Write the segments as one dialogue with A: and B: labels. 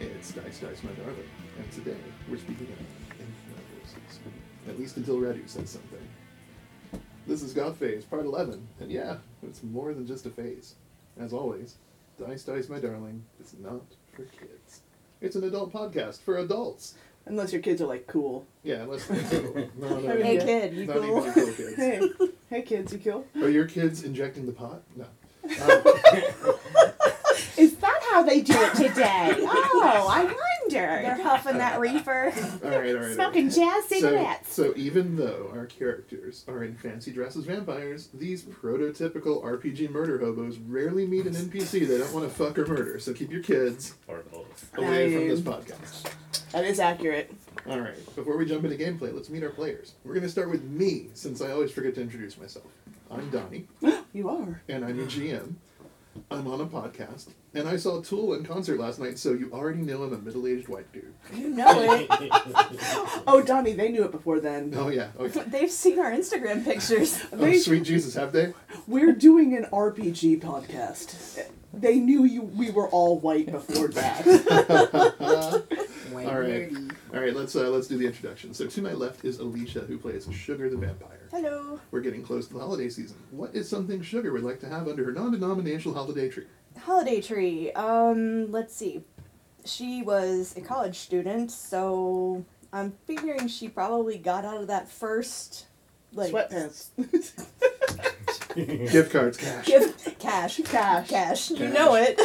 A: It's Dice Dice My Darling, and today we're speaking of infinite voices. At least until Redu says something. This is Goth Phase, part 11, and yeah, it's more than just a phase. As always, Dice Dice My Darling is not for kids. It's an adult podcast for adults.
B: Unless your kids are like cool.
A: Yeah, unless no, no, no,
B: Hey,
C: kid, you
A: not even
C: cool?
A: for cool kids.
B: Hey, hey kids, you cool?
A: Are your kids injecting the pot? No. Uh,
C: Is that how they do it today? oh, I wonder.
D: They're huffing that reefer.
A: all right, all right, all right.
C: Smoking jazz
A: So,
C: cigarettes.
A: so even though our characters are in fancy dress as vampires, these prototypical RPG murder hobos rarely meet an NPC they don't want to fuck or murder. So keep your kids
E: Or both.
A: away
B: Aye.
A: from this podcast.
B: That is accurate.
A: All right. Before we jump into gameplay, let's meet our players. We're going to start with me, since I always forget to introduce myself. I'm Donnie,
B: You are.
A: and I'm your GM. I'm on a podcast, and I saw Tool in concert last night, so you already know I'm a middle-aged white dude.
D: You know it.
B: Oh, Donnie, they knew it before then.
A: Oh yeah, oh yeah.
D: They've seen our Instagram pictures.
A: Oh
B: They-
A: sweet Jesus, have they?
B: We're doing an RPG podcast. They knew you. We were all white before that.
A: All right, all right. Let's uh, let's do the introduction. So to my left is Alicia, who plays Sugar the Vampire.
D: Hello.
A: We're getting close to the holiday season. What is something Sugar would like to have under her non-denominational holiday tree?
D: Holiday tree. Um, let's see. She was a college student, so I'm figuring she probably got out of that first like
B: Sweatpants.
A: Gift cards, cash.
D: gift cash.
B: Cash.
D: Cash. You
A: Cash.
D: know it.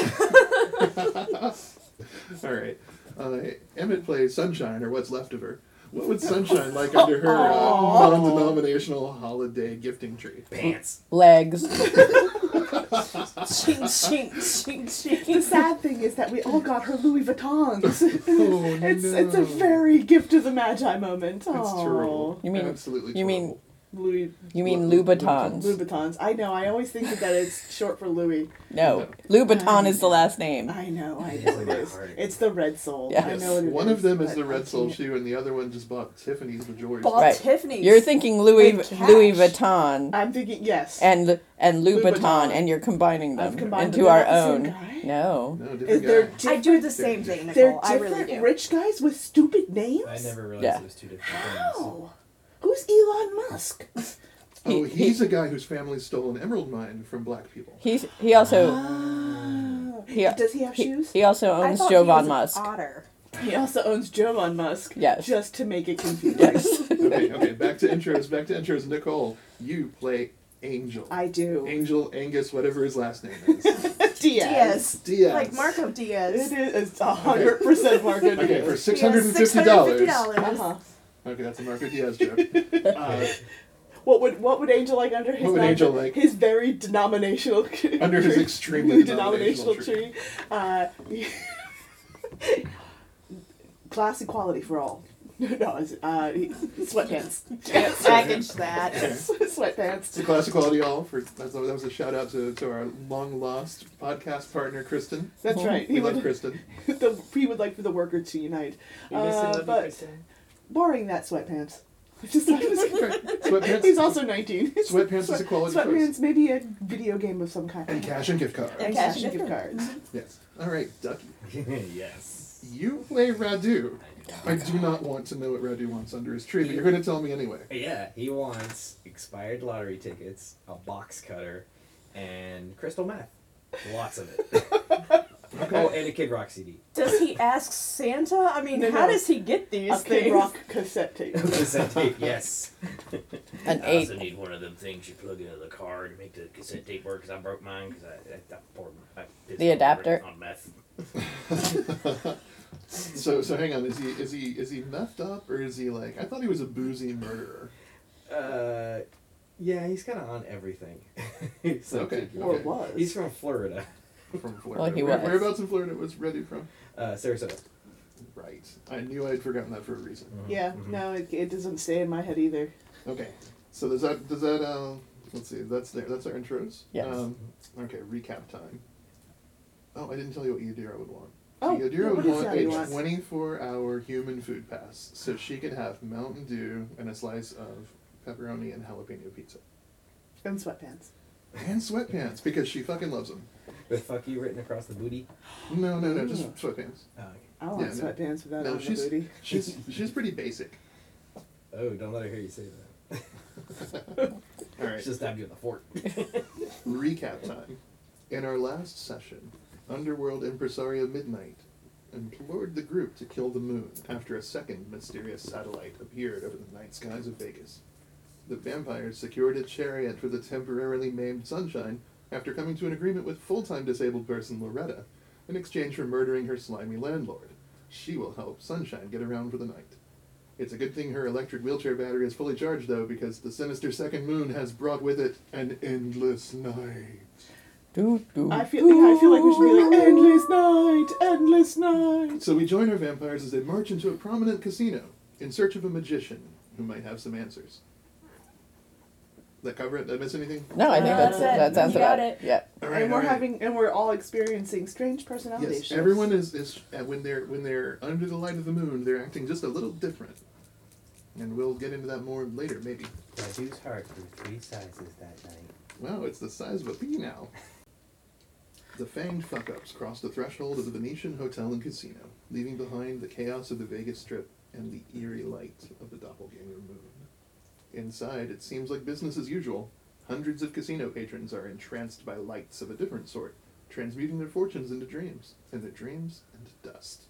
A: All right. Uh, Emmett plays Sunshine, or what's left of her. What would Sunshine like under her uh, non-denominational holiday gifting tree?
E: Pants.
C: Legs.
D: chink chink chink
B: The
D: chink.
B: sad thing is that we all got her Louis Vuittons.
A: Oh
B: It's
A: no!
B: it's a very gift of the Magi moment.
A: Oh, It's
B: Aw.
A: terrible.
C: You mean-
A: absolutely?
C: you mean-
A: terrible.
B: Louis
C: You mean
A: Lu-
B: Louis
C: Louboutins?
B: Vuittons. I know. I always think that that is short for Louis.
C: No, Louboutin is the last name.
B: I know, I know it is. It's the red soul.
C: Yes.
B: I
A: Yes.
B: know what it
A: One of them is
B: but
A: the
B: I
A: red soul
B: can't-
A: shoe, and the other one just bought Tiffany's the jewelry.
D: Bought
A: store.
C: Right.
D: Tiffany's.
C: You're thinking Louis
D: With cash.
C: Louis Vuitton
B: I'm thinking yes.
C: and and
B: Louboutin.
C: Louboutin, and you're combining them
B: I've combined
C: into
B: them.
C: our
B: They're not the
C: own.
B: same guy?
C: No,
A: No,
B: is
A: different
B: there
A: guy.
D: I
B: different,
D: do the same thing,
B: they're
D: Nicole. I
B: different
D: really do.
B: rich guys with stupid names?
E: I never realized
C: Yeah.
E: it was two different things.
B: How? Who's Elon Musk?
A: Oh,
C: He-
A: he's a guy whose family stole an emerald mine from black people.
C: he's he also
B: Ah.
C: He-
B: Does he have
C: Oh. he,
B: Uh, shoes?
C: he also
D: I
C: owns
D: thought he was
C: Jovan
D: an
C: Musk.
D: Otter.
B: He also owns Jovan Musk.
C: Yes.
B: Just to make it confusing.
C: Yes.
A: okay, okay, back to intros, back to intros. Nicole, you play Angel.
B: I do.
A: Angel, Angus, whatever his last name is.
B: Diaz.
D: Diaz.
A: Diaz.
D: Like Marco
B: It is
D: Diaz.
B: it's 100% Marco Diaz.
A: Okay, for six hundred and fifty dollars.
D: $650.
B: Uh-huh.
A: Okay, that's a Marco Diaz joke. Uh,
B: What would what would Angel like under his
A: What would
B: non-
A: Angel like?
B: his very denominational
A: under his
B: tree-
A: extremely denominational
B: denominational
A: tree.
B: tree? Uh, class equality for all. No, it's, uh, he- sweatpants,
D: Package that.
A: It's a
B: sweatpants.
A: classic quality all for that's, that was a shout out to, to our long lost podcast partner Kristen.
B: That's right.
A: Uh-huh. We
B: He
A: love
B: would,
A: Kristen.
B: the, he would like for the worker to unite.
E: You missed
B: Uh,
E: it,
B: but-
E: but...
B: Barring that, sweatpants. Just like- He's
A: Sweatpants.
B: also nineteen.
A: Sweatpants is a quality choice.
B: Sweatpants, maybe a video game of some kind.
A: And cash and gift cards.
D: And
B: cash
D: cash
B: and gift
D: gift
B: cards.
A: Yes. All right, Ducky.
E: yes.
A: You play Radu. I do not want to know what Radu wants under his tree, but you're going to tell me anyway.
E: Yeah, he wants expired lottery tickets, a box cutter, and crystal meth. Lots of it. Oh, and a Kid Rock CD.
D: Does he ask Santa? I mean,
B: No,
D: how
B: no.
D: does he get these
B: A
D: things?
B: Kid Rock cassette tape.
E: Cassette tape, yes.
C: An
F: I
C: eight.
F: also need one of them things you plug into the car to make the cassette tape work because I broke mine because I, I, I poured my, I pissed
C: The
F: all over
C: adapter?
F: it on meth.
A: So, so hang on. Is he is he is he messed up or is he like? I thought he was a boozy murderer.
E: Uh, yeah, he's kind of on everything. He's like,
A: Okay.
B: Or
A: okay.
B: was.
E: He's from Florida,
A: From Florida.
C: Well, he
A: Where-
C: was.
A: Whereabouts in Florida was Radu from?
E: uh, Sarasota.
A: Right. I knew I'd forgotten that for a reason.
B: yeah,
A: Mm-hmm.
E: Mhm.
B: no, it, it doesn't stay in my head either.
A: Okay. So does that does that uh let's see that's there that's our intros.
C: Yes.
A: Um, okay. Recap time. Oh, I didn't tell you what Yadira would want.
B: Oh,
A: Yadira
B: what
A: would
B: does
A: want
B: Yadira
A: a
B: want?
A: twenty-four hour human food pass, so she could have Mountain Dew and a slice of pepperoni and jalapeno pizza
B: And sweatpants.
A: and sweatpants because she fucking loves them.
E: With fuck you written across the booty.
A: No, no, no, just sweatpants.
E: Uh,
B: I want
A: Yeah, no.
B: sweatpants without
A: No,
B: Mm. on the
A: she's
B: booty.
A: she's she's pretty basic.
E: Oh, don't let her hear you say that.
A: All right.
E: She'll stab you in the fort.
A: Recap time. In our last session, Underworld Impresario Midnight implored the group to kill the moon after a second mysterious satellite appeared over the night skies of Vegas. The vampires secured a chariot for the temporarily maimed Sunshine after coming to an agreement with full time disabled person Loretta in exchange for murdering her slimy landlord. She will help Sunshine get around for the night. It's a good thing her electric wheelchair battery is fully charged, though, because the sinister second moon has brought with it an endless night.
G: Do, do,
B: I feel, yeah, I feel like we should be like, endless night, endless night.
A: So we join our vampires as they march into a prominent casino in search of a magician who might have some answers. That cover it? Did I miss anything?
G: No, I think
D: Uh,
G: that's,
D: that's
G: that
D: it.
G: sounds
D: You
G: about
D: got
G: it. Yeah.
A: All
B: and we're
A: all
B: having, and we're all experiencing strange personality
A: Yes,
B: shifts.
A: everyone is, is uh, when they're when they're under the light of the moon, they're acting just a little different, and we'll get into that more later, maybe.
F: Tattoo's heart grew three sizes that night.
A: Wow, it's the size of a pea now. The fanged fuck-ups cross the threshold of the Venetian Hotel and Casino, leaving behind the chaos of the Vegas Strip and the eerie light of the doppelganger moon. Inside, it seems like business as usual. Hundreds of casino patrons are entranced by lights of a different sort, transmuting their fortunes into dreams, and their dreams into dust.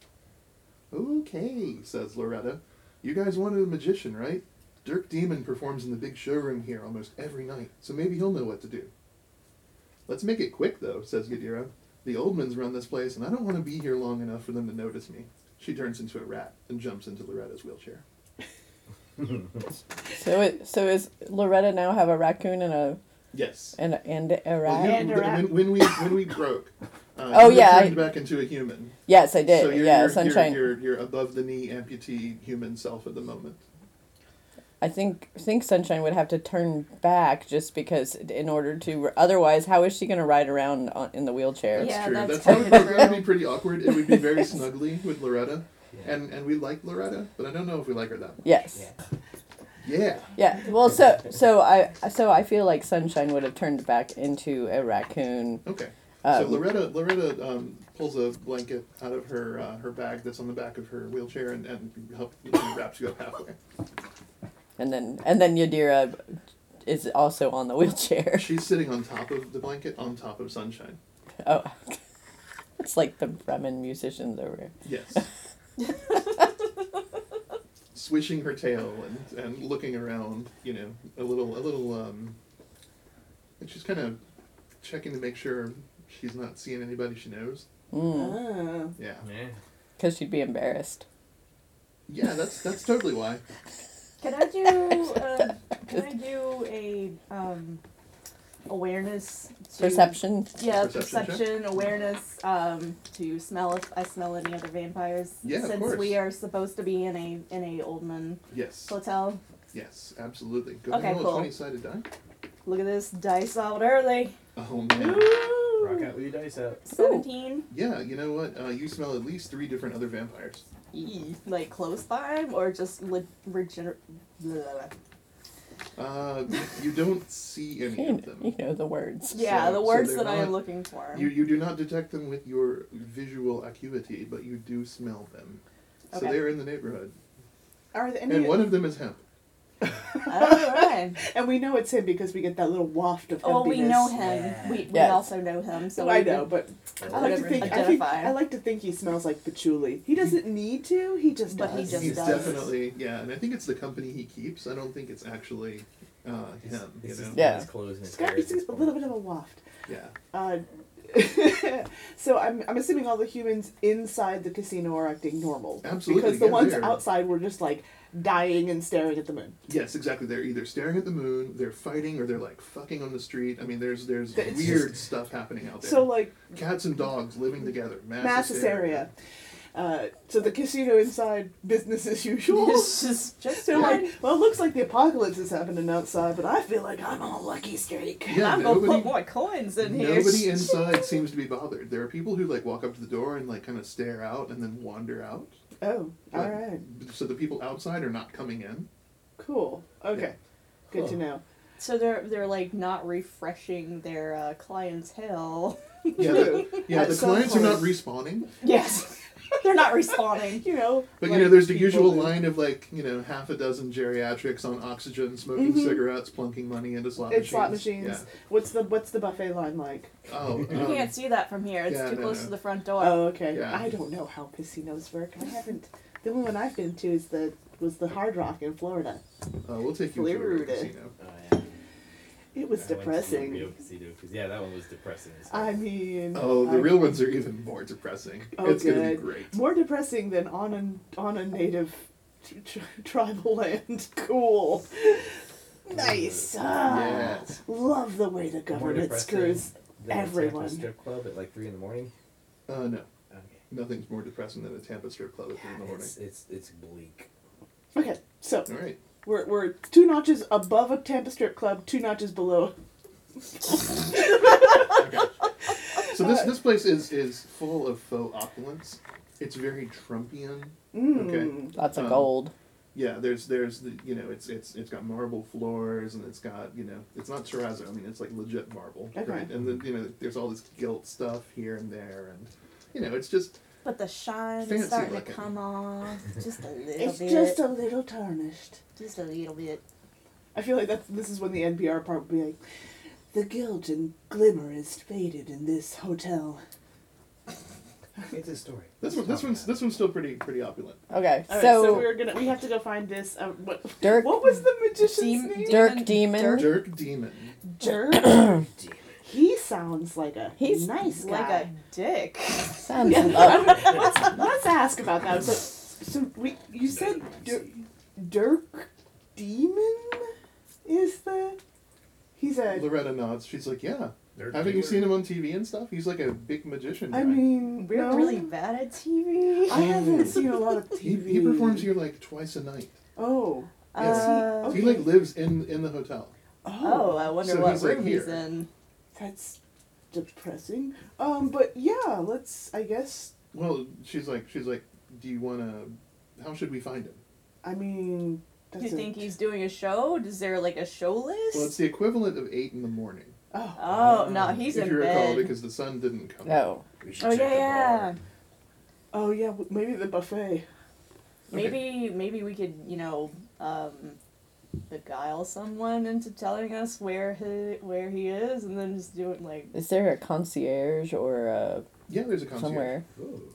A: Okay, says Loretta. You guys wanted a magician, right? Dirk Demon performs in the big showroom here almost every night, so maybe he'll know what to do. Let's make it quick, though, says Gadira. The Oldmans run this place, and I don't want to be here long enough for them to notice me. She turns into a rat and jumps into Loretta's wheelchair.
G: So it, so is Loretta now have a raccoon and a
A: Yes.
G: and a, and a
A: Well,
G: rat?
A: you-
B: And a rat.
A: When, when we when we broke, uh,
G: Oh,
A: you were
G: yeah,
A: turned
G: I-
A: back into a human.
G: Yes, I did.
A: So you're,
G: yeah,
A: you're,
G: sunshine.
A: You're, you're, you're above the knee amputee human self at the moment.
G: I think think sunshine would have to turn back just because in order to otherwise how is she going to ride around on, in the wheelchair?
A: That's
D: Yeah,
A: true.
D: that's
A: that would,
D: kinda
A: that would be
D: true.
A: pretty awkward. It would be very snuggly with Loretta, and and we like Loretta, but I don't know if we like her that much.
G: Yes.
E: Yeah.
A: Yeah.
G: Yeah. Well, so so I so I feel like sunshine would have turned back into a raccoon.
A: Okay. so
G: Um,
A: Loretta Loretta um, pulls a blanket out of her uh, her bag that's on the back of her wheelchair and and help, wraps you up halfway.
G: And then and then Yadira is also on the wheelchair.
A: She's sitting on top of the blanket on top of Sunshine.
G: Oh, it's like the Bremen musicians over here.
A: Yes. Swishing her tail and, and looking around, you know, a little a little um and she's kind of checking to make sure she's not seeing anybody she knows.
G: Mm.
B: Ah.
A: Yeah.
F: Yeah.
G: Because she'd be embarrassed.
A: Yeah, that's that's totally why.
D: Can I do? Uh, can I do a um, awareness to,
G: Perception.
D: Yeah,
A: Perception
D: perception,
A: check?
D: awareness um, to smell if I smell any other vampires.
A: Yeah, of
D: since
A: course.
D: we are supposed to be in a in a Oldman
A: Yes.
D: hotel.
A: Yes, absolutely. Go
D: Okay,
A: ahead and roll a
D: cool.
A: twenty sided die.
D: Look at this dice out early.
A: Oh man.
E: Rock out with your dice out.
D: Seventeen,
A: Yeah, you know what? Uh, you smell at least three different other vampires.
D: Ee, like close by, or just le- regener- bleh.
A: Uh, you don't see any
G: You
A: of
G: know,
A: them.
G: you know the words.
D: Yeah,
A: So-
D: the
A: so
D: words
A: they're
D: that I am
A: not-
D: looking for.
A: You you do not detect them with your visual acuity, but you do smell them. So
D: Okay.
A: they're in the neighborhood,
B: Are there
A: and,
B: any? And,
A: one of them is hemp.
D: All right.
B: we know it's him because we get that little waft of.
D: Oh, we
B: emptiness.
D: know him.
E: Yeah.
D: We, we
G: Yes.
D: also know him. So
B: So I
D: we
B: know,
D: can-
B: but I like to
D: Whatever.
B: think. I, think
D: Identify.
B: I like to think he smells like patchouli. He doesn't need to. He just
D: But he
B: does.
D: just
A: He's
D: does.
A: definitely yeah, and I think it's the company he keeps. I don't think it's actually uh,
E: It's,
A: him. You
E: it's
A: know?
E: just
G: Yeah.
E: his clothes and his
B: It's got
E: hair at
B: it's
E: this
B: a
E: point.
B: little bit of a waft.
A: Yeah.
B: Uh, so I'm, I'm assuming all the humans inside the casino are acting normal.
A: Absolutely,
B: Because the
A: yeah,
B: ones
A: they're-
B: outside were just like dying and staring at the moon.
A: Yes, exactly. They're either staring at the moon, they're fighting, or they're like fucking on the street. I mean, there's there's
B: It's
A: weird stuff happening out there.
B: So like
A: Cats and dogs living together. Mass,
B: mass hysteria. Uh, so the casino inside business as usual.
D: It's just just
B: They're
D: fine.
B: like, well, it looks like the apocalypse is happening outside, but I feel like I'm on a lucky streak.
A: Yeah,
D: I'm gonna
A: nobody,
D: put more coins in here.
A: Nobody inside seems to be bothered. There are people who like walk up to the door and like kind of stare out and then wander out.
B: Oh, all
A: Like,
B: right,
A: So the people outside are not coming in.
B: cool. Okay, good to
E: Huh.
B: know.
D: So they're they're like not refreshing their uh, clientele.
A: Yeah, the, yeah.
B: At
A: The
B: some
A: clients are not
B: point-
A: respawning.
D: Yes. They're not responding.
B: you know.
A: But
B: like
A: you know, there's the
B: people
A: usual
B: who-
A: line of like, you know, half a dozen geriatrics on oxygen, smoking
B: Mhm.
A: cigarettes, plunking money into slot machines.
B: It's slot machines. What's the what's the buffet line like?
A: Yeah. Oh,
D: You
A: um,
D: can't see that from here. It's
A: yeah,
D: too
A: no,
D: close
A: no.
D: to the front door.
B: Oh, okay.
A: Um, Yeah.
B: I don't know how casinos work. I haven't. The only one I've been to is the was the Hard Rock in Florida.
A: uh, we'll take you to the
B: Florida.
A: casino.
E: Oh, yeah.
B: It was
E: I went to Rio
B: depressing.
E: Casino, 'cause- yeah, that one was depressing. as
B: I
E: fuck.
B: mean,
A: Oh, the
B: I-
A: real ones are even more depressing.
B: Oh,
A: it's gonna be
B: good.
A: great.
B: more depressing than on a on a native tr- tr- tribal land. Cool, nice. Ah,
A: Yes.
B: Love the way the government
E: depressing
B: screws.
E: The Tampa
B: everyone.
E: Strip club at like three in the morning.
A: Uh, no,
E: Okay.
A: nothing's more depressing than a Tampa strip club at three in the morning.
E: It's, it's it's bleak.
B: Okay, so
A: All right.
B: we're we're two notches above a Tampa strip club, two notches below.
A: Okay. so this this place is is full of faux opulence. It's very Trumpian.
B: Mm.
A: Okay.
G: Lots of
A: Um,
G: gold.
A: Yeah, there's there's the you know it's it's it's got marble floors and it's got you know it's not terrazzo. I mean it's like legit marble,
B: Okay.
A: right? And then you know there's all this gilt stuff here and there, and you know it's just
D: But the shine's
A: Fancy
D: starting
A: looking.
D: to come off. Just a little
B: It's
D: bit.
B: just a little tarnished.
D: just a little bit.
B: I feel like that's this is when the NPR part will be like, the guilt and glimmer is faded in this hotel.
E: It's a story.
A: this one this one's this one's still pretty pretty opulent.
G: Okay,
B: All right, so,
G: so,
B: we are gonna we have to go find this. Um, what,
G: Dirk-
B: what was the magician's
D: Dem-
B: name?
G: Dirk Demon.
A: Jerk demon.
B: Dirk.
F: Damn it.
B: he sounds like a
G: He's
B: nice guy.
D: Like a dick.
G: Sounds lovely.
B: Let's ask about that. So, so we you said Dir- Dirk Demon is the he's a.
A: Loretta nods. She's like, yeah.
F: They're
A: Haven't you
F: doing-
A: seen him on TV and stuff? He's like a big magician.
B: I
A: guy.
B: mean,
D: We're
B: no,
D: really bad at TV.
B: I haven't seen a lot of TV.
A: he, he performs here like twice a night.
B: Oh,
A: Yes.
D: Uh,
A: He like lives in in the hotel.
B: oh,
D: Oh, I wonder
A: So
D: what
A: he's, like,
D: room he's
A: here.
D: in.
B: that's depressing. Um, but yeah, let's. I guess.
A: Well, she's like she's like, do you want to? How should we find him?
B: I mean,
D: Do
B: that's
D: you
B: a-
D: think he's doing a show? Is there like a show list?
A: Well, it's the equivalent of eight in the morning,
B: Oh,
D: oh no, he's
A: if
D: in
A: you recall,
D: bed.
A: because the sun didn't come. up.
G: No.
F: We should
D: oh
F: check
D: yeah,
F: the
D: yeah.
F: bar.
B: oh yeah, w- maybe the buffet.
D: Maybe maybe we could you know um, beguile someone into telling us where he where he is, and then just do it like
G: Is there a concierge or a
A: Yeah, there's a concierge.
G: somewhere?
E: Ooh.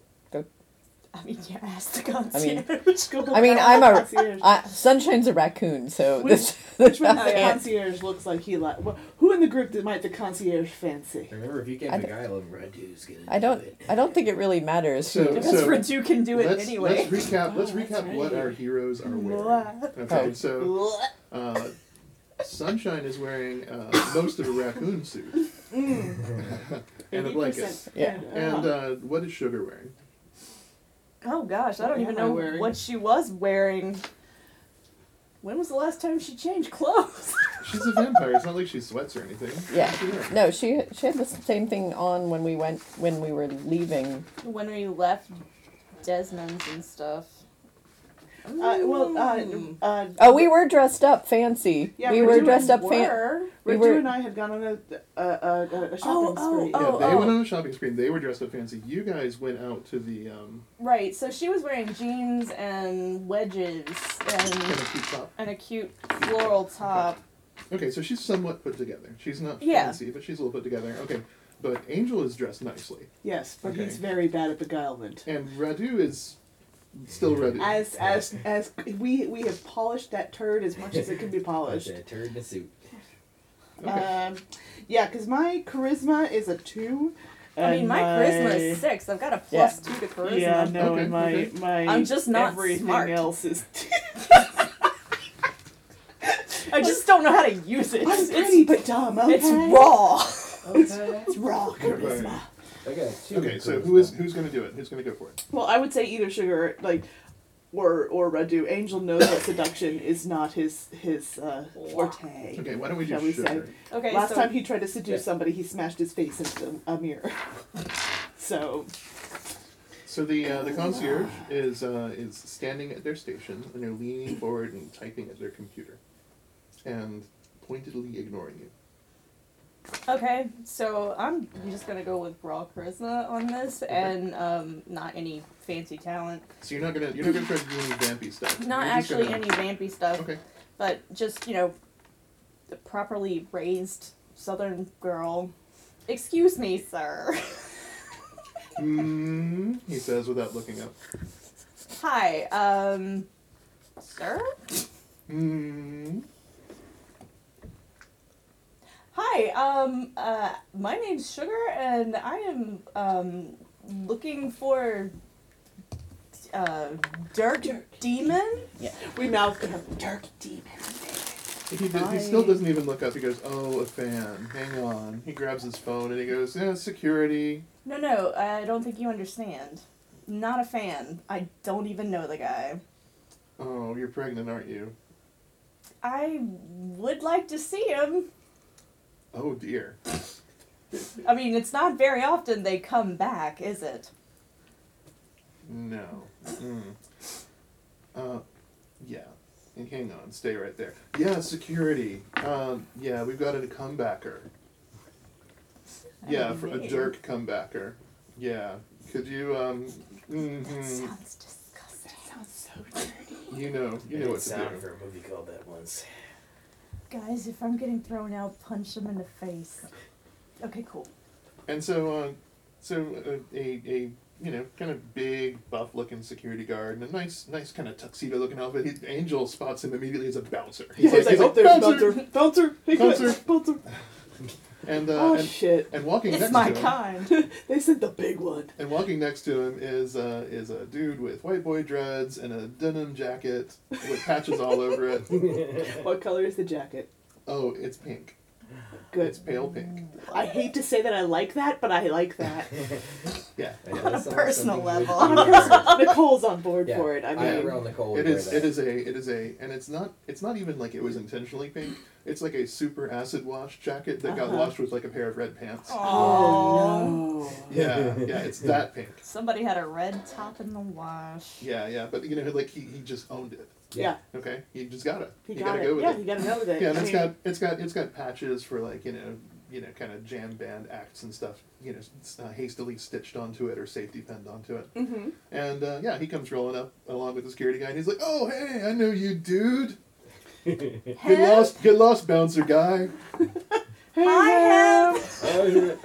D: I mean yeah, ask the
G: mean-
D: concierge.
G: I mean,
B: Buffet
G: I'm a
B: concierge.
G: I, Sunshine's a raccoon, so
B: Which-
G: this
B: Which one
G: I
D: Oh,
B: the
G: can't-
B: concierge looks like he like? Well, who in the group that might the concierge fancy?
E: Remember, if you
G: I
E: can
G: d-
E: beguile him, right?
F: Radu's gonna
G: I don't.
F: do it.
G: I don't think it really matters.
A: So-
G: who-
D: because
A: so-
D: Radu can do it
A: let's,
D: anyway.
A: Let's recap. let's
B: Oh, that's
A: recap what
B: right.
A: our heroes are wearing.
D: Blah.
A: Okay,
G: Oh.
A: so
B: Blah.
A: uh, Sunshine is wearing uh, most of a raccoon suit
D: Mm.
A: and a
B: 80%.
A: blanket.
G: Yeah.
A: And uh, what is Sugar wearing?
D: Oh gosh, I
B: What
D: don't even
B: am I
D: know
B: wearing?
D: what she was wearing. When was the last time she changed clothes?
A: She's a vampire. it's not like she sweats or anything.
G: Yeah.
A: What's she wearing?
G: No, she she had the same thing on when we went when we were leaving.
D: when we left Desmond's and stuff.
B: Uh, well,
D: Mm.
B: uh, uh,
G: Oh, we were dressed up fancy.
B: Yeah,
G: we
B: we
G: were
B: were-
G: dressed up fancy.
D: were.
G: we
B: Radu
G: were-
B: and I had gone on a a, a, a, a shopping
D: Oh, oh,
B: spree.
A: Yeah,
D: oh.
A: they went on a shopping spree. and They were dressed up fancy. You guys went out to the um,
D: Right, so she was wearing jeans and wedges
A: kind
D: and
A: of cute shop.
D: and a cute floral top.
A: Okay, so she's somewhat put together. She's not
D: Yeah.
A: fancy, but she's a little put together. Okay, but Angel is dressed nicely,
B: Yes, but
A: Okay.
B: he's very bad at beguilement.
A: and Radu is still Radu.
B: As as as we we have polished that turd as much as it can be
E: Like
B: polished.
E: a turd in a suit.
A: okay.
B: Um, yeah, because my charisma is a two.
D: I mean,
B: and
D: my charisma is six. I've got a plus two to charisma.
B: Yeah, no,
A: Okay,
B: and my
A: okay.
B: my
D: I'm just not
B: everything
D: smart.
B: else is. two.
D: I just don't know how to use it.
B: I'm
D: It's,
B: pretty but dumb. Okay?
D: it's raw.
E: Okay.
B: It's raw charisma.
A: Right.
E: I got two.
A: Okay, so
E: girls
A: who is
E: now.
A: who's going to do it? Who's going to go for it?
B: Well, I would say either sugar like. Or, or Radu, Angel knows that seduction is not his his uh, forte.
A: Okay, why don't we do
B: Shall we
A: sugar?
B: say-
D: Okay,
B: Last
D: so
B: time he tried to seduce
E: Yeah.
B: somebody, he smashed his face into a mirror. so
A: So the uh, the concierge is uh, is standing at their station and they're leaning forward and typing at their computer, and pointedly ignoring you.
D: Okay, so I'm just gonna go with raw charisma on this and um, not any fancy talent.
A: So you're not gonna you're not gonna try to do any vampy stuff.
D: Not
A: You're just
D: actually
A: gonna-
D: any vampy stuff,
A: Okay.
D: but just, you know, the properly raised southern girl. Excuse me, sir.
A: Mm, he says without looking up.
D: Hi, um, sir?
A: Mm,
D: Hi, um, uh, my name's Sugar, and I am um, looking for uh, Dirk, Demon.
B: We mouth to him, Dirk Demon.
A: he, d- he still doesn't even look up. He goes, "Oh, a fan. Hang on." He grabs his phone and he goes, "Yeah, security."
D: No, no, I don't think you understand. Not a fan. I don't even know the guy.
A: Oh, you're pregnant, aren't you?
D: I would like to see him.
A: Oh dear.
D: I mean, it's not very often they come back, is it?
A: No. Mm. Uh, yeah. And hang on, stay right there. Yeah, security. Um, yeah, we've got a comebacker. Yeah, for a
D: Amazing.
A: jerk comebacker. Yeah. Could you um mhm,
D: Sounds disgusting.
B: Sounds so dirty.
A: you know you know
F: It
A: what to
F: sound
A: do.
F: for a movie called that once.
D: Guys, if I'm getting thrown out, punch him in the face. Okay, cool.
A: And so uh, so uh, a a you know, kind of big, buff-looking security guard and a nice, nice kind of tuxedo-looking outfit. He, Angel spots him immediately as a bouncer.
B: He's like, oh, there's Belter. Belter. Hey,
A: Bouncer.
B: Belter. Belter.
A: And, uh,
B: Oh,
A: and,
B: shit.
A: and walking
D: It's
A: next
D: my
A: to him,
D: kind.
B: They sent the big one.
A: And walking next to him is uh, is a dude with white boy dreads and a denim jacket with patches all over it.
B: What color is the jacket?
A: Oh, it's pink.
B: Good.
A: It's pale pink.
B: I hate to say that I like that, but I like that.
A: Yeah.
E: On
D: a personal level.
B: Nicole's on board
E: Yeah,
B: for it. I
E: I
B: mean,
E: around the cold.
A: It is it is a it is a and it's not it's not even like it was intentionally pink. It's like a super acid wash jacket that got
B: Uh-huh.
A: washed with like a pair of red pants.
B: oh no.
A: Yeah, yeah, it's that pink.
D: Somebody had a red top in the wash.
A: Yeah, yeah, but you know like he, he just owned it.
B: Yeah,
A: Okay? He just got it.
B: he
A: you
B: got
A: gotta go
B: it.
A: with
B: Yeah,
A: it.
B: he got to know that.
A: Yeah,
B: I
A: and it's
B: mean,
A: got it's got it's got patches for like you know you know kind of jam band acts and stuff you know s- uh, hastily stitched onto it or safety pinned onto it.
B: Mm-hmm.
A: And uh, yeah, he comes rolling up along with the security guy, and he's like, "Oh hey, I know you, dude. Get
D: Help!
A: lost, get lost, bouncer guy."
D: Hi, Hemp!
F: Oh,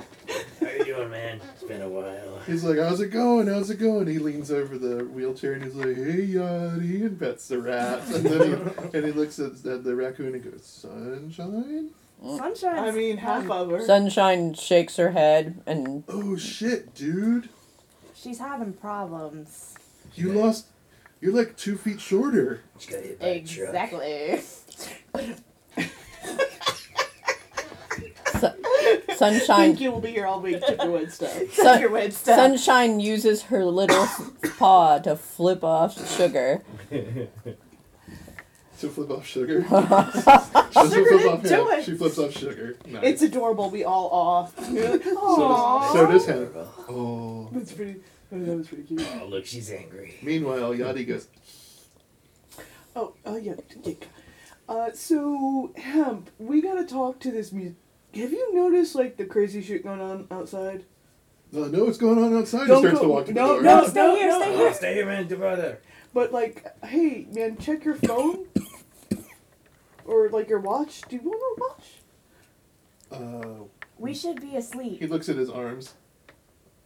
F: How you doing, man? It's been a while.
A: He's like, "How's it going? How's it going?" He leans over the wheelchair and he's like, "Hey, uh, yachty," and pets the rat, and then he, and he looks at, at the raccoon and goes, "Sunshine."
D: Sunshine.
B: I mean, half of her.
G: Sunshine shakes her head and
A: Oh shit, dude,
D: She's having problems.
A: you lost. You're like two feet shorter.
F: Just got hit by a truck.
D: Exactly.
B: I think
G: sunshine
B: you will be here all week to do wood stuff.
G: Sun-
D: Your web stuff.
G: sunshine uses her little paw to flip off sugar.
A: To flip off sugar. She flips off
B: didn't do
A: hemp.
B: it.
A: She flips off sugar. Nice.
B: It's adorable. We all off.
A: so, does, so does hemp. Oh.
B: That's pretty. Oh, that was pretty cute.
F: Oh, look, she's angry.
A: Meanwhile, Yadi goes.
B: Oh, oh yeah. yeah. Uh, so hemp, we gotta talk to this mu Have you noticed like the crazy shit going on outside?
A: No, "Uh, no, what's going on outside?
B: Don't
A: and starts
B: go-
A: to walk to
B: no,
A: the door.
B: no.
D: stay here, stay
F: Oh, stay here, man. Brother.
B: But like, hey man, check your phone. Or like your watch. Do you want a watch?
A: Uh,
D: We should be
A: he
D: asleep.
A: looks at his arms.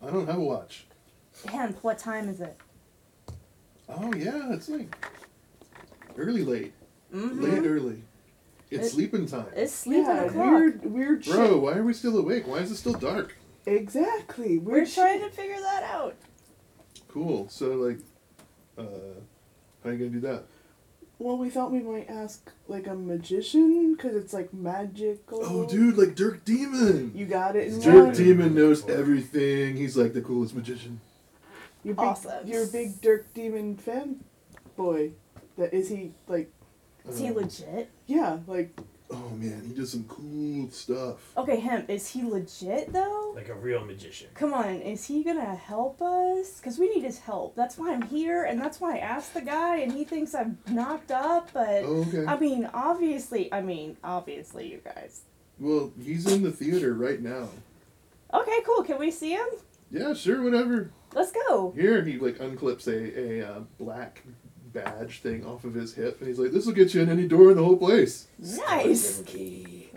A: I don't have a watch.
D: Hemp, what time is it?
A: Oh yeah, it's like early, late,
D: Mm-hmm.
A: late, early. It's
D: It-
A: sleeping time.
D: It's sleeping
B: yeah,
D: o'clock.
B: weird, weird
A: Bro, why are we still awake? Why is it still dark?
B: shit. Exactly. Weird
D: We're
B: shit.
D: trying to figure that out.
A: Cool. So like, uh, how are you gonna do that?
B: Well, we thought we might ask like a magician because it's like magical.
A: Oh, dude, like Dirk Demon.
B: You got it. in
A: Dirk
B: line.
A: Demon knows everything. He's like the coolest magician.
B: You're big,
D: Awesome.
B: You're a big Dirk Demon fan boy. That is he like
D: Is he
A: Um,
D: legit?
B: yeah like
A: Oh man, he does some cool stuff.
D: Okay, Hemp, is he legit though?
F: Like a real magician.
D: Come on, is he gonna help us? Because we need his help. That's why I'm here, and that's why I asked the guy, and he thinks I'm knocked up, but.
A: Oh, okay.
D: I mean, obviously, I mean, obviously, you guys.
A: Well, he's in the theater right now.
D: Okay, cool. Can we see him?
A: Yeah, sure, whatever.
D: Let's go.
A: Here he like unclips a a uh, black badge thing off of his hip, and he's like, "This will get you in any door in the whole place."
D: Nice.
F: Key.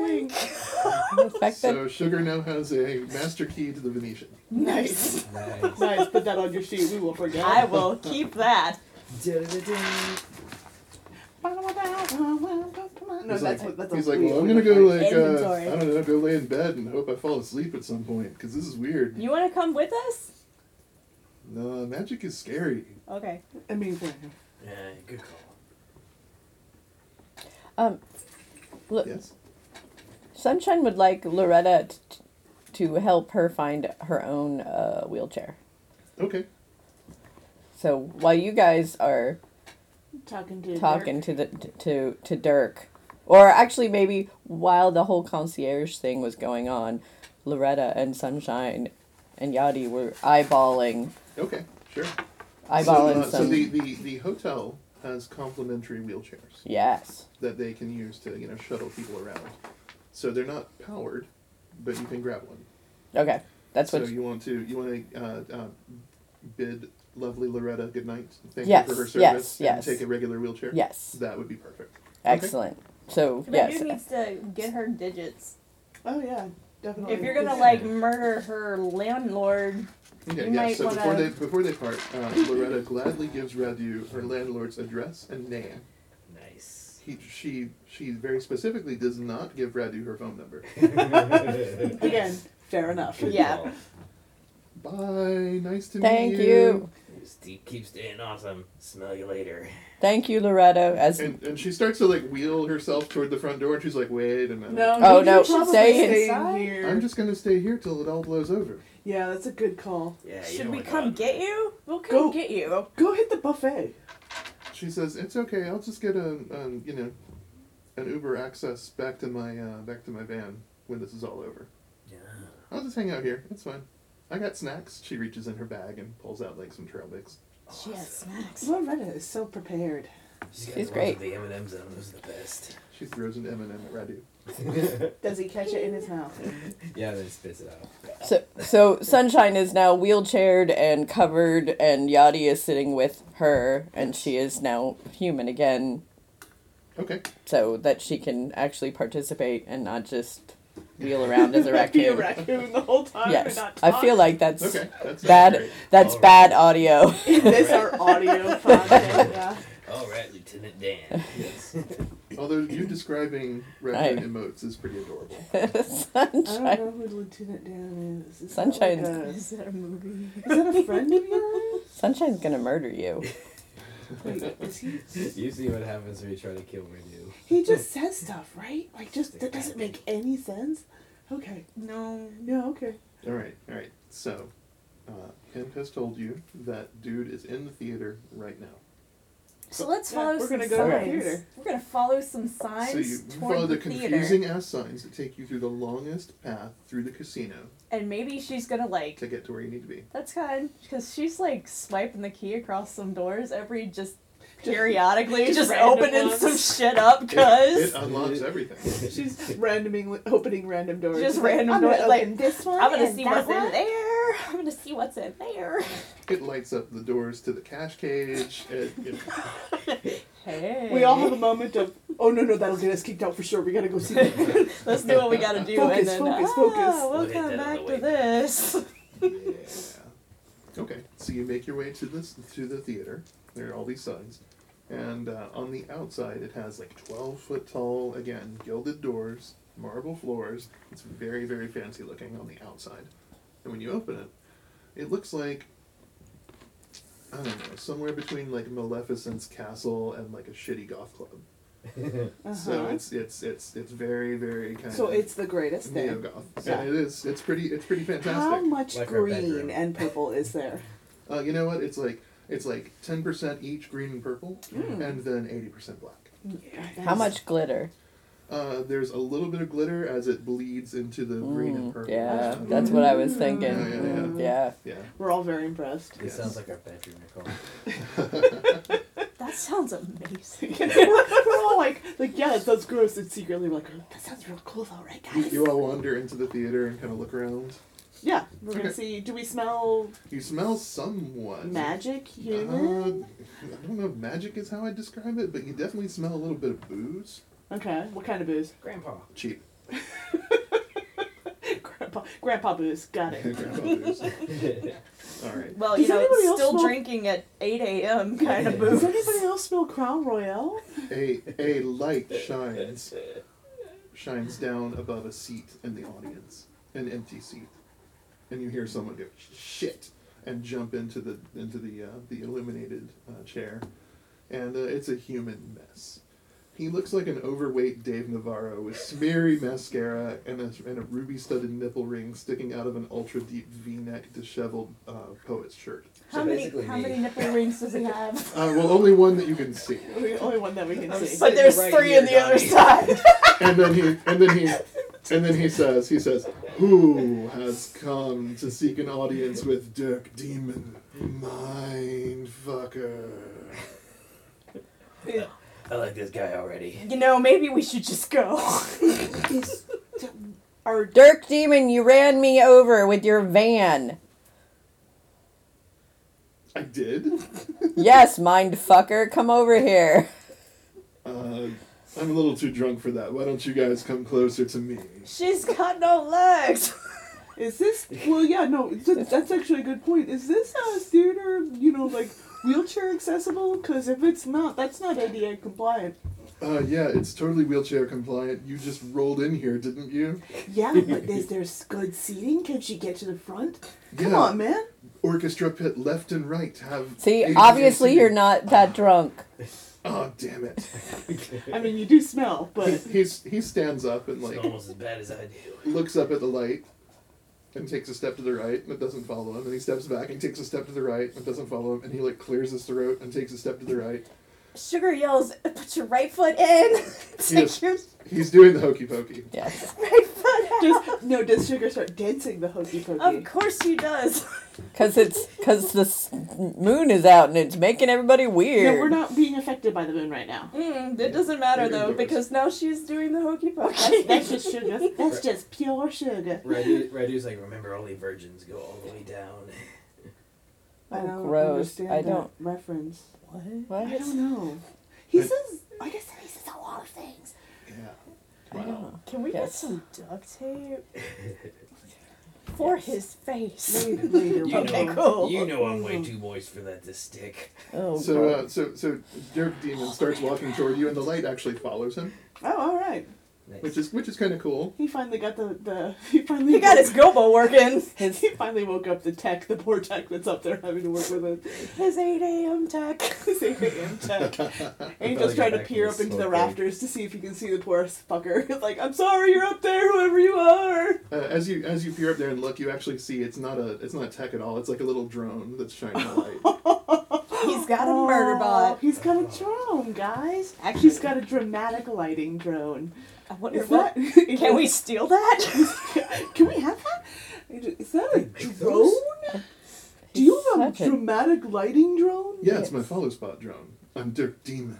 G: The fact that
A: So Sugar now has a master key to the Venetian.
B: Nice.
E: Nice.
B: nice. Put that on your sheet. We will forget.
D: I will keep that.
B: No,
A: he's
B: that's
A: like,
B: what, that's
A: he's
B: a
A: like,
B: weird
A: well, I'm
B: one.
A: gonna go like, uh,
D: Inventory.
A: I don't know, go lay in bed and hope I fall asleep at some point because this is weird.
D: You want to come with us?
A: No, magic is scary.
D: Okay.
B: I mean,
F: Yeah, good call.
G: um, look,
A: Yes.
G: Sunshine would like Loretta t- to help her find her own uh, wheelchair.
A: Okay.
G: So while you guys are
B: talking to
G: talking to the to to Dirk, or actually maybe while the whole concierge thing was going on, Loretta and Sunshine and Yadi were eyeballing
A: Okay. Sure. so,
G: eyeballing
A: uh, so
G: some.
A: the, the the hotel has complimentary wheelchairs
G: yes.
A: that they can use to you know shuttle people around. So they're not powered, but you can grab one.
G: Okay. That's
A: so
G: what.
A: you want to you want to uh, uh, bid lovely Loretta good night. Thank
G: Yes,
A: you for her service.
G: yes,
A: and
G: yes.
A: Take a regular wheelchair.
G: yes.
A: That would be perfect.
G: Excellent. So
D: But
G: yes.
D: dude needs to get her digits.
B: Oh yeah, definitely.
D: If you're gonna like murder her landlord,
A: Okay,
D: You
A: yeah,
D: might
A: so
D: wanna-
A: before they before they part, uh, Loretta gladly gives Radu her landlord's address and name.
F: Nice.
A: He, she she very specifically does not give Radu her phone number.
B: again, fair enough.
F: Good
D: Yeah.
F: call.
A: Bye, nice to
G: Thank
A: meet
G: you.
A: you.
F: Steve keeps staying awesome. Smell you later.
G: Thank you, Loretta. As
A: And, and she starts to like wheel herself toward the front door and she's like, wait a minute.
B: No.
G: Oh,
B: you
G: no,
B: should probably
G: stay
B: stay
D: inside.
B: here.
A: I'm just gonna stay here till it all blows over.
B: Yeah, that's a good call.
F: Yeah. you
D: should
F: don't
D: we
F: wanna go
D: come
F: out.
D: get you? Oh, We'll come
B: Go.
D: get you.
B: Go hit the buffet.
A: She says, It's okay, I'll just get a, a you know an Uber access back to my uh, back to my van when this is all over.
F: Yeah.
A: I'll just hang out here. It's fine. I got snacks. She reaches in her bag and pulls out like some trail mix.
D: She has snacks.
B: Loretta is so prepared.
F: She's got
G: She's
F: the ones with
G: great.
F: The M and M's in them. Those are the best.
A: She throws an M and M at Radu.
B: Does he catch it in his mouth?
E: yeah, then spits it out.
G: so, so Sunshine is now wheelchaired and covered, and Yadi is sitting with her, and she is now human again,
A: Okay.
G: so that she can actually participate and not just wheel around as a
B: Be a
G: raccoon.
B: raccoon the whole time. and
G: yes,
B: not
G: I
B: talk.
G: feel like that's
A: Okay. That's
G: bad.
A: great.
G: That's
F: All
G: bad audio.
B: Is this our audio content? Yeah.
F: All right, Lieutenant Dan. Yes.
A: Although you describing raccoon
G: I-
A: emotes is pretty adorable.
B: I don't
G: Sunshine,
B: know who Lieutenant Dan is. is
G: Sunshine's-
B: That like a, is
D: that a movie?
B: that a friend of yours?
G: Sunshine's gonna murder you.
B: Wait, is he?
E: You see what happens when you try to kill Renew.
B: He just says stuff, right? Like, just that doesn't make any sense. Okay.
D: No.
B: Yeah. Okay.
A: All right. All right. So, uh, Kent has told you that dude is in the theater right now.
D: So let's
B: Yeah,
D: follow
B: we're
D: some
B: gonna
D: signs.
B: go to the theater.
D: We're gonna follow some signs
A: so you
D: toward
A: follow
D: the,
A: the
D: theater,
A: confusing ass signs that take you through the longest path through the casino
D: and maybe she's gonna like.
A: to get to where you need to be.
D: That's kind because she's like swiping the key across some doors every just periodically, just,
B: just random
D: opening
B: ones.
D: some shit up,
A: It-
D: cause
A: it unlocks everything.
B: She's randoming, opening random doors.
D: Just
B: She's like,
D: random
B: I'm gonna
D: doors, like,
B: open this one.
D: I'm gonna
B: and
D: see
B: that
D: what's
B: one.
D: in there. I'm gonna see what's in there.
A: It lights up the doors to the cash cage. It, it,
D: Hey.
B: We all have a moment of, oh no, no, that'll get us kicked out for sure. We gotta go see that.
D: Let's do what we gotta do,
B: Focus,
D: and then
B: focus,
D: ah,
B: focus.
D: we'll
F: We'll hit
D: come
F: that on
D: back
F: the
D: to
F: way back.
D: this.
A: yeah. Okay, so you make your way to this to the theater. There are all these signs, and uh, on the outside it has like twelve foot tall again gilded doors, marble floors. It's very very fancy looking on the outside, and when you open it, it looks like I don't know somewhere between like Maleficent's castle and like a shitty golf club.
B: Uh-huh.
A: So it's it's it's it's very very kind
B: So
A: of
B: it's the greatest
A: neo
B: thing.
A: goth.
B: Yeah.
A: And it is it's pretty it's pretty fantastic.
B: How much
E: Like our
B: green
E: bedroom.
B: and purple is there?
A: Uh, you know what? It's like it's like ten percent each, green and purple,
B: Hmm.
A: and then eighty percent black.
G: How much glitter?
A: Uh, there's a little bit of glitter as it bleeds into the
B: Hmm,
A: green and purple.
G: Mm, Yeah,
A: Um,
G: that's what I was thinking.
A: Yeah, yeah, yeah.
G: Mm, yeah.
A: Yeah.
B: We're all very impressed.
E: It sounds like our bedroom, Nicole.
D: That That sounds amazing.
B: we're, we're all like, like yeah, that sounds gross. And secretly, we're like, "Oh, that sounds real cool, though, right,
A: You,
B: guys?
A: you all wander into the theater and kind of look around.
B: Yeah, we're gonna
A: Okay.
B: see. Do we smell
A: You smell somewhat.
B: magic
A: Uh, I
B: human?
A: don't know if magic is how I describe it, but you definitely smell a little bit of booze.
B: okay, what kind of booze?
E: Grandpa.
A: Cheap.
B: Grandpa, grandpa booze. Got it.
A: booze. All right.
D: Well,
B: Does
D: you know,
B: anybody
D: it's
B: else
D: still
B: smoke-
D: drinking at 8 a.m. kind of
B: Does
D: booze.
B: anybody else smell Crown Royale?
A: A a light shines shines down above a seat in the audience, an empty seat, and you hear someone go shit and jump into the into the uh, the illuminated uh, chair, and uh, it's a human mess. He looks like an overweight Dave Navarro with smeary mascara and a, and a ruby studded nipple ring sticking out of an ultra deep V neck disheveled uh, poet's shirt.
D: How
E: So
D: many
E: basically
D: how
E: me.
D: many nipple rings does he have?
A: Uh, well, only one that you can see.
B: The only one that we can see.
D: But there's
E: Right
D: three
E: here,
D: on the other
E: Donnie.
D: side.
A: and then he and then he and then he says he says who has come to seek an audience with dirk demon mind fucker
F: I like this guy already.
D: You know, maybe we should just go.
B: Is- are
G: Dirk Demon, you ran me over with your van.
A: i did
G: Yes, mind fucker, come over here.
A: uh, i'm a little too drunk for that why don't you guys come closer to me
D: She's got no legs.
B: Is this well? Yeah, no. th- That's actually a good point. Is this a theater? You know, like wheelchair accessible? Because if it's not, that's not ADA compliant.
A: uh, yeah it's totally wheelchair compliant you just rolled in here didn't you
B: Yeah, but is there s- good seating? Can she get to the front? Come
A: Yeah.
B: on, man.
A: orchestra pit left and right have
G: See,
A: ADA
G: obviously you're
A: seating.
G: not that drunk.
A: oh damn it
B: I mean, you do smell, but
A: he's he stands up and
F: It's
A: like
F: almost as bad as I do.
A: looks up at the light and takes a step to the right and it doesn't follow him and he steps back and takes a step to the right and it doesn't follow him and he like clears his throat and takes a step to the right
D: Sugar yells, put your right foot in. Take
A: Yes.
D: your
A: he's doing the hokey pokey
G: Yes.
D: right foot out.
B: does no? Does sugar start dancing the hokey
D: Of
B: pokey?
D: course she does.
G: Cause it's cause the s- moon is out and it's making everybody weird.
B: No, we're not being affected by the moon right now.
D: Mm, it doesn't matter though,
A: Indoors.
D: because now she's doing the hokey pokey.
B: That's, that's just sugar. That's just pure sugar.
E: Radu, Radu's like, remember, only virgins go all the way down.
B: I
G: Oh,
B: don't
G: gross.
B: understand
G: I
B: that
G: don't-
B: reference.
G: What?
B: I don't know. He
A: But-
B: says. Like I said, he says a lot of things.
A: yeah
G: I
A: wow
G: know.
D: Can we get
G: Yes.
D: some duct tape? For his face.
B: Later, later,
F: You
B: okay,
F: know,
D: cool.
F: you know I'm way too moist for that to stick.
G: Oh,
A: so
G: gross.
A: uh, so so dirk demon starts walking toward you and the light actually follows him
B: Oh, all right.
E: Nice.
A: which is which is kind of cool
B: He finally got the, the he finally
D: He got his gobo working.
B: his he finally woke up the tech, the poor tech that's up there having to work with it.
D: His 8 a.m. tech.
B: His AM tech. Angel's
E: Probably
B: trying
E: got
B: to
E: back
B: peer
E: from
B: up into
E: smoke
B: the
E: break.
B: rafters to see if he can see the poor fucker. like, I'm sorry, you're up there, whoever you are.
A: uh, as you as you peer up there and look you actually see it's not a it's not a tech at all it's like a little drone that's shining a light
D: He's got a murder
B: Oh,
D: bot.
B: He's got a drone, guys.
D: Actually-
B: He's got a dramatic lighting drone.
D: I wonder
B: Is
D: what.
B: that is
D: Can we steal that?
B: that- Can we have that? Is that a
E: make those?
B: drone? Do you have
G: Such
B: a
G: a-
B: dramatic lighting drone?
A: yeah it's my follow spot drone i'm dirk demon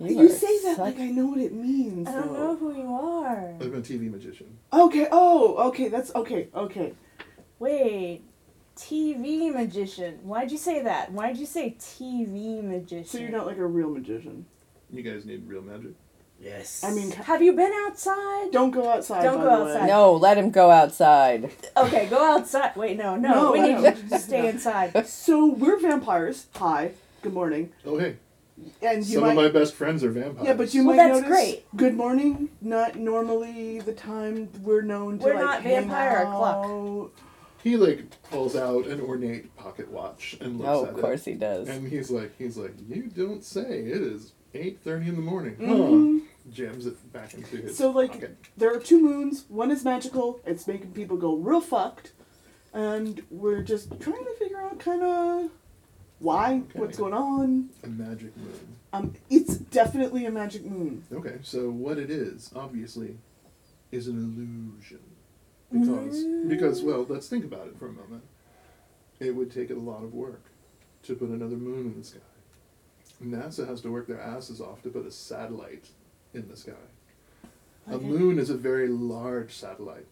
B: You,
G: are
B: say that
G: such-
B: like I know what it means.
D: I don't
B: though.
D: know who you are.
A: i'm a tv magician
B: Okay. Oh, okay. That's okay. Okay.
D: Wait. TV magician. Why'd you say that? Why'd you say TV magician?
B: So you're not like a real magician.
A: you guys need real magic
F: Yes.
B: I mean,
D: Have you been outside?
B: don't go outside.
D: Don't
B: by
D: go
B: the way.
D: outside.
G: No, let him go outside.
D: Okay, go outside. Wait, no,
B: No,
D: no. we
B: no.
D: need to just stay inside.
B: So we're vampires. Hi. Good morning.
A: oh hey
B: And you
A: some
B: might.
A: of my best friends are vampires
B: yeah, but you
D: Well,
B: might
D: that's
B: notice.
D: great.
B: Good morning. Not normally the time we're known to
D: We're
B: like
D: not
B: hang
D: vampire
B: out.
D: o'clock.
A: He like pulls out an ornate pocket watch and looks
G: Oh,
A: at
G: of course he
A: it,
G: does.
A: and he's like, he's like, you don't say. It is eight thirty in the morning.
B: Mhm.
A: Huh? Jams it back into his
B: So, like-
A: pocket.
B: There are two moons. One is magical. It's making people go real fucked, and we're just trying to figure out kind of why,
A: Okay.
B: what's going on.
A: a magic moon.
B: Um, it's definitely a magic moon.
A: Okay, so what it is obviously is an illusion because
G: Mm.
A: because well, let's think about it for a moment. It would take a lot of work to put another moon in the sky. NASA has to work their asses off to put a satellite in the sky. A moon is a very large satellite.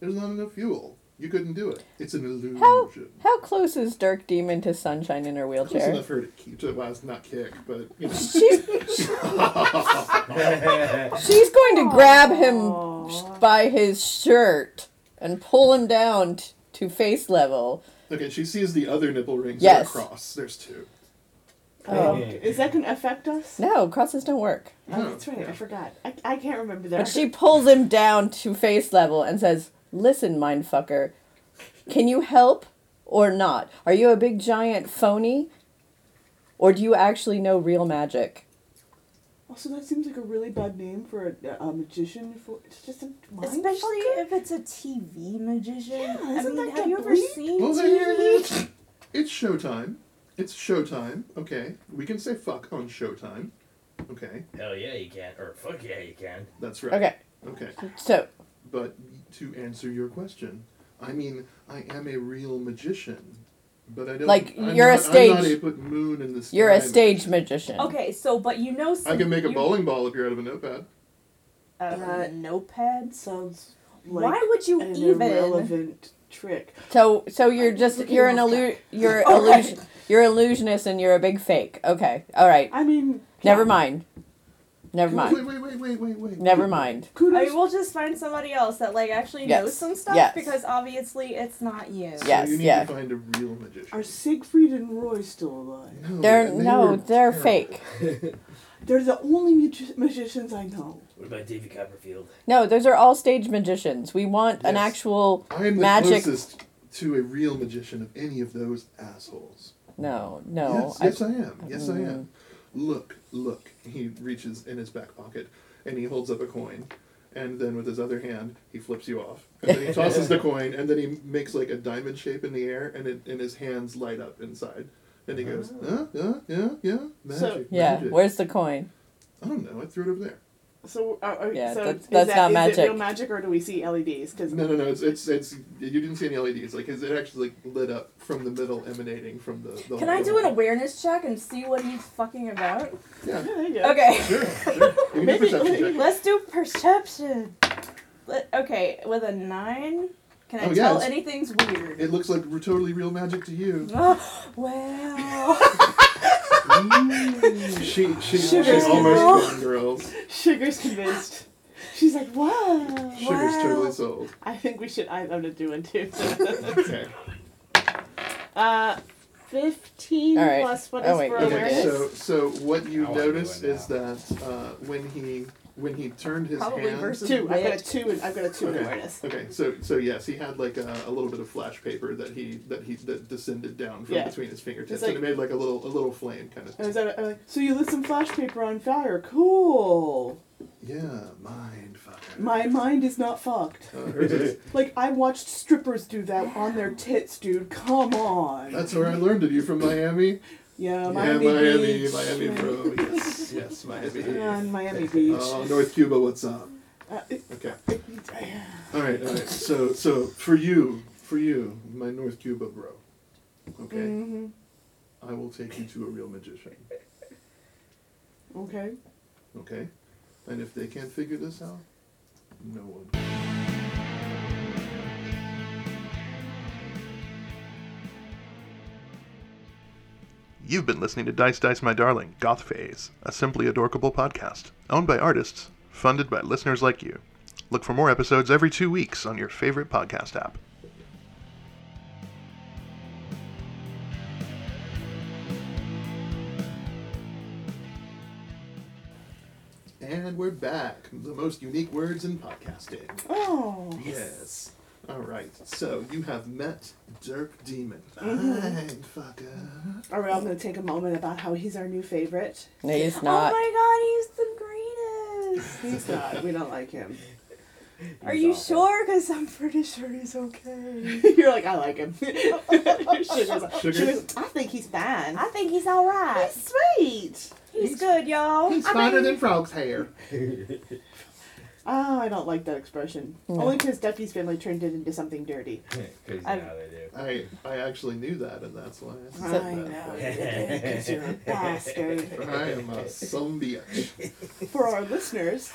A: There's not enough fuel. You couldn't do it. It's an illusion.
G: How how close is Dirk Demon to Sunshine in her
A: Close
G: wheelchair?
A: enough for her to keep to well, it's not kick, but you know.
G: She's she's going to grab him
B: Aw.
G: by his shirt and pull him down t- to face level.
A: Okay, she sees the other nipple rings
G: Yes.
A: that are crossed. There's two.
B: Oh, is that gonna affect us?
G: No, crosses don't work.
B: Oh, that's right. I forgot. I, I can't remember that.
G: But she pulls him down to face level and says, "Listen, mindfucker, can you help or not? Are you a big giant phony, or do you actually know real magic?"
B: Also, that seems like a really bad name for a, a magician. For it's just a mind
D: Especially
B: fucker?
D: if it's a TV magician.
B: Yeah,
D: I
B: isn't
D: mean,
B: that
D: have you ever
B: complete?
D: seen
A: Well, there you
D: TV?
A: go. It's showtime. It's showtime. Okay, we can say fuck on showtime. Okay,
F: Hell yeah, you can. Or fuck yeah, you can.
A: that's right.
G: Okay,
A: Okay,
G: so
A: but to answer your question, I mean, I am a real magician, but I don't.
G: Like,
A: I'm
G: you're a
A: not, I'm not
G: stage-
A: a put moon in the sky.
G: you're a stage magician.
D: Okay, so but you know.
A: I can make a
D: you-
A: bowling ball appear out of a notepad.
D: Uh,
B: Uh,
D: notepad.
B: sounds like
D: Why would you
B: an
D: even?
B: irrelevant trick.
G: So so you're just
B: looking
G: you're an
B: off
G: illu- you're
D: All right.
G: illusion you're illusionist and you're a big fake. Okay. All right.
B: I mean,
G: Never
B: yeah,
G: mind. Never
A: Wait,
G: mind.
A: wait, wait, wait, wait, wait.
G: Never mind.
D: I
B: Kudos.
D: mean, we'll just find somebody else that like actually
G: Yes.
D: knows some stuff
G: Yes.
D: because obviously it's not you.
A: So
G: Yes,
A: you need
G: yeah.
A: to find a real magician.
B: Are Siegfried and Roy still alive?
A: No,
G: They're
A: and they
G: no,
A: were
G: they're
A: terrible.
G: fake.
B: They're the only magi- magicians I know.
F: What about Davy Copperfield?
G: No, those are all stage magicians. We want an
A: Yes.
G: actual
A: I am the
G: magic.
A: closest to a real magician of any of those assholes.
G: No, no.
A: yes,
G: I-
A: yes, I am. Yes, I am.
D: Mm-hmm.
A: Look, look. He reaches in his back pocket and he holds up a coin. And then with his other hand, he flips you off. And then he tosses the coin and then he makes like a diamond shape in the air and, it, and his hands light up inside. And he goes,
D: Oh.
A: uh, uh, yeah, yeah, magic.
G: yeah.
A: magic.
G: Where's the coin?
A: I don't know. I threw it over there.
B: So, uh, uh,
G: Yeah,
B: so
G: that's-
B: is
G: that's
B: that-
G: not
B: is
G: magic.
B: It real magic, or do we see E LEDs? Because
A: No, no, no. It's, it's, it's, you didn't see any LEDs. Like, it actually like, lit up from the middle emanating from the, the
D: Can I
A: the
D: do an
A: hole.
D: awareness check and see what he's fucking about?
A: Yeah.
B: there you go.
D: Okay.
A: Sure, sure. You can do a perception check.
D: Let's do perception. Let, okay, with a nine, can I
A: Oh,
D: tell
A: yes.
D: anything's weird?
A: It looks like r- totally real magic to you.
D: Oh, wow.
A: she, she,
B: Sugar
A: she's
B: girl.
A: almost gone, girls.
B: Sugar's convinced. She's like, wow.
A: Sugar's
D: Wow.
A: totally sold.
B: I think we should add them to do one too.
A: Okay.
B: uh, fifteen
G: All right.
B: plus what is
G: Oh, wait,
B: for
G: you
A: Okay.
B: awareness?
G: did
A: So, so what you
F: I wanna do it
A: notice is that uh, when he when he turned his
D: Probably
A: hand.
D: versus
B: Two. I've got a
D: wit.
B: two. And I've got a two in
A: Okay.
B: awareness.
A: Okay, so so yes, he had like a, a little bit of flash paper that he that he that descended down from
B: Yeah.
A: between his fingertips,
B: It's like-
A: and it made like a little a little flame kind of.
B: I was at, I'm like, so you lit some flash paper on fire. Cool.
A: Yeah, mind fucker.
B: My mind is not fucked.
A: Uh, hers is-
B: Like I watched strippers do that on their tits, dude. Come on.
A: that's where I learned it. You from Miami?
B: yeah,
A: yeah,
B: Miami
A: Miami,
B: Beach.
A: Miami, bro. Yes, yes, Miami.
B: Yeah, in Miami Beach.
A: Oh, North Cuba, what's up?
B: Uh, it-
A: Okay.
B: it-
A: All right, all right. So, so for you, for you, my North Cuba bro. Okay,
B: Mhm.
A: I will take you to a real magician.
B: Okay.
A: Okay, and if they can't figure this out, no one. You've been listening to Dice Dice My Darling, Goth Phase, a simply adorkable podcast, owned by artists, funded by listeners like you. Look for more episodes every two weeks on your favorite podcast app. And we're back. The most unique words in podcasting.
B: Oh.
A: Yes. All right. So you have met Dirk Demon. Mindfucker.
B: All right, I'm going to take a moment about how he's our new favorite.
G: No, it's not.
D: Oh my god, he's the greatest.
B: He's not. we don't like him.
D: Are you sure? Because I'm pretty sure he's okay.
B: You're like, I like him. Sugar's-
A: Sugar?
B: Sugar's, I think he's fine.
D: I think he's alright.
B: He's sweet.
D: He's, good, y'all.
A: He's
D: I
A: finer
D: mean,
A: than frog's hair.
B: Oh, I don't like that expression. Only 'cause Only because Duffy's family turned it into something dirty.
E: Because
B: I'm-
E: now they
A: I I actually knew that, and that's why I said
B: I know.
A: that.
B: you did, 'cause you're a bastard.
A: I am a some bitch.
B: For our listeners,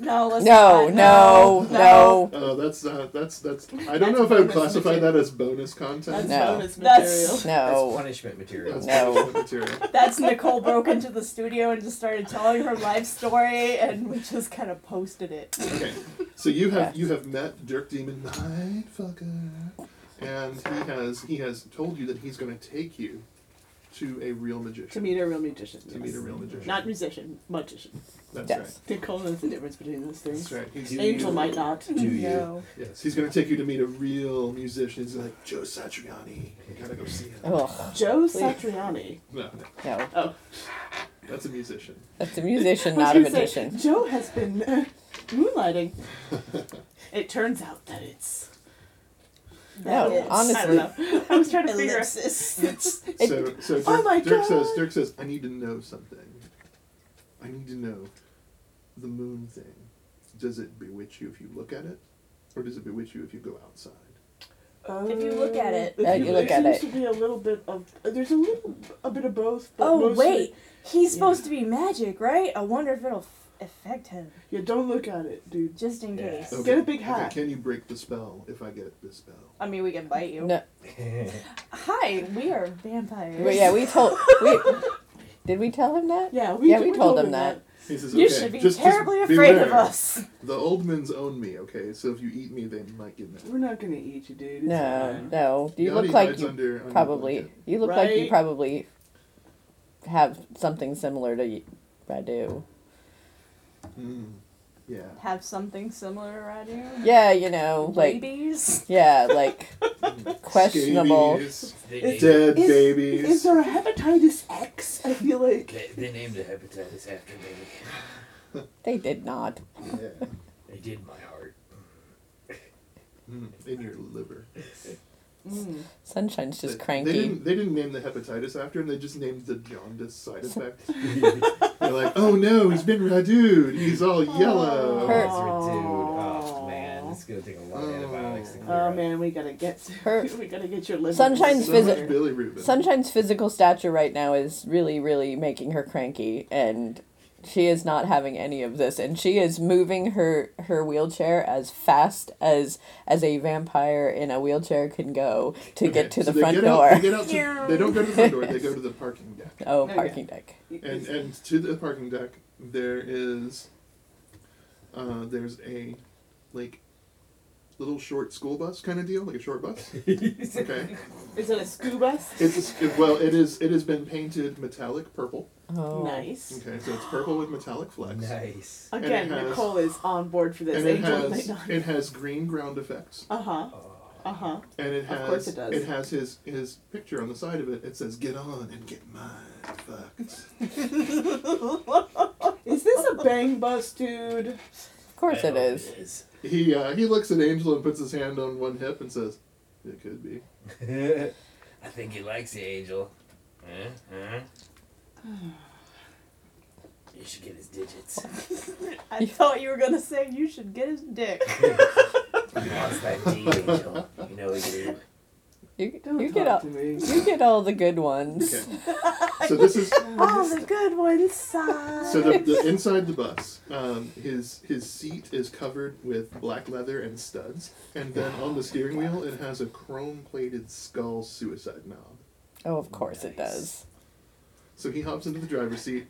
D: No, let's
G: No,
D: not.
G: no, no.
A: Oh, that's uh, that's that's. I don't know if I would
B: That's bonus
A: classify
B: material.
A: that as bonus
B: that's
A: content.
G: No.
B: bonus material.
D: That's
E: do. That's
G: No.
E: punishment material.
A: That's
G: Oh. No.
A: bonus material.
D: that's Nicole broke into the studio and just started telling her life story, and we just kind of posted it.
A: Okay, so you have you have met Dirk Demon Mindfucker, and he has he has told you that he's going to take you to a real
B: To
A: magician.
B: meet a real musician.
A: To meet a real magician.
B: Not musician, magician.
A: That's
G: Yes.
B: Nicole knows the difference between those
A: right.
B: things.
A: That's right. He's,
B: Angel might not.
E: Do you?
D: No.
A: Yes, he's going to take you to meet a real musician. He's like Joe Satriani. You gotta go see him.
G: Ugh,
B: Joe Satriani.
A: No, no,
G: no.
B: Oh,
A: that's a musician.
G: That's a musician,
B: I was
G: not a
B: gonna say,
G: magician.
B: Joe has been uh, moonlighting. it turns out that it's.
G: No,
D: That is-
G: honestly.
B: I don't know. I was trying to figure out.
D: Ellipsis.
A: So, so Dirk,
B: Oh my
A: Dirk says,
B: God.
A: Dirk says, I need to know something. I need to know the moon thing. Does it bewitch you if you look at it, or does it bewitch you if you go outside?
D: If you look at it.
B: If
G: Yeah, you look at
B: seems
G: it.
B: to be a little bit of. uh, There's a little, a bit of both. But
D: Oh
B: mostly-
D: wait, he's supposed to be magic, right? I wonder if it'll f- affect him,
B: Yeah, don't look at it, dude.
D: just in
E: Yeah.
D: case.
B: Okay. Get a big hat.
A: Okay, can you break the spell if I get the spell?
D: I mean, we can bite you.
G: No.
D: Hi, we are vampires.
G: But yeah, we told. We, did we tell him that?
B: Yeah, we
G: Yeah, we
B: we
G: told him that.
A: He says,
D: You
A: "Okay,
D: should be
A: just- just
D: terribly afraid of
A: beware.
D: us.
A: The old men's own me, okay? So if you eat me, they might get mad.
B: We're not gonna eat you, dude. It's
G: No,
B: fine.
G: no. You
A: Yanni
G: look like
A: hides
G: you
A: under- under
G: probably.
A: blanket.
G: You look like you
B: Right?
G: probably have something similar to y- Radu.
A: Mm, yeah.
D: Have something similar around you.
G: Yeah, you know, like
D: Rabies.
G: yeah, like questionable.
A: Scabies,
F: They named,
A: dead
B: Is-
A: babies.
B: Is there a hepatitis X? I feel like.
F: they, they named the hepatitis after me.
G: They did not.
A: yeah.
F: They did my heart.
A: Mm, in your liver.
B: Mm.
G: Sunshine's just
A: They- They
G: cranky.
A: didn't, they didn't name the hepatitis after him. They just named the jaundice side effect. They're like, oh no, he's been radued. He's all yellow.
E: Oh, it's dude. Oh man, it's gonna take a lot of
A: Oh.
E: antibiotics to clear
B: Oh
E: up.
B: man, we gotta get
G: Her-
B: we gotta get your liver.
G: Sunshine's
A: so
G: visit-
A: much Billy Rubin.
G: Sunshine's physical stature right now is really, really making her cranky, and she is not having any of this. And she is moving her her wheelchair as fast as as a vampire in a wheelchair can go to get
A: Okay,
G: to
A: so
G: the
A: they
G: front
A: get
G: door.
A: Out, they, get out to, they don't go to the front door. They go to the parking deck.
G: oh,
B: Okay.
G: parking deck.
A: And and to the parking deck, there is, uh, there's a, like, little short school bus kind of deal, like a short bus. okay.
B: Is it a scuba?
A: It's it, well, it is. It has been painted metallic purple.
G: Oh,
B: Nice.
A: Okay, so it's purple with metallic flecks.
E: Nice.
A: And
B: Again,
A: it has-
B: Nicole is on board for this.
A: and it
B: Angel
A: has
B: might not.
A: it has green ground effects,
B: Uh huh. Uh huh.
A: and it
B: Of
A: has
B: course it does.
A: has his his picture on the side of it. It says "Get on and get mine." Fucked.
B: Is this a bang bus, dude?
G: of course
F: I
G: it
F: hope
G: is.
F: It is.
A: He uh, he looks at Angel and puts his hand on one hip and says, "It could be."
F: I think he likes the angel. Huh? Huh? You should get his digits.
D: I thought you were gonna say you should get his dick.
F: He wants that D angel. You know he do.
G: You,
B: Don't
G: you
B: talk
G: get all
B: to me.
G: you get all the good ones.
A: Okay. So this is
D: All the good ones sigh.
A: so the, the inside the bus. Um, his his seat is covered with black leather and studs, and then on the steering wheel it has a chrome plated skull suicide knob.
G: Oh, of course it
F: Nice.
G: does.
A: So he hops into the driver's seat,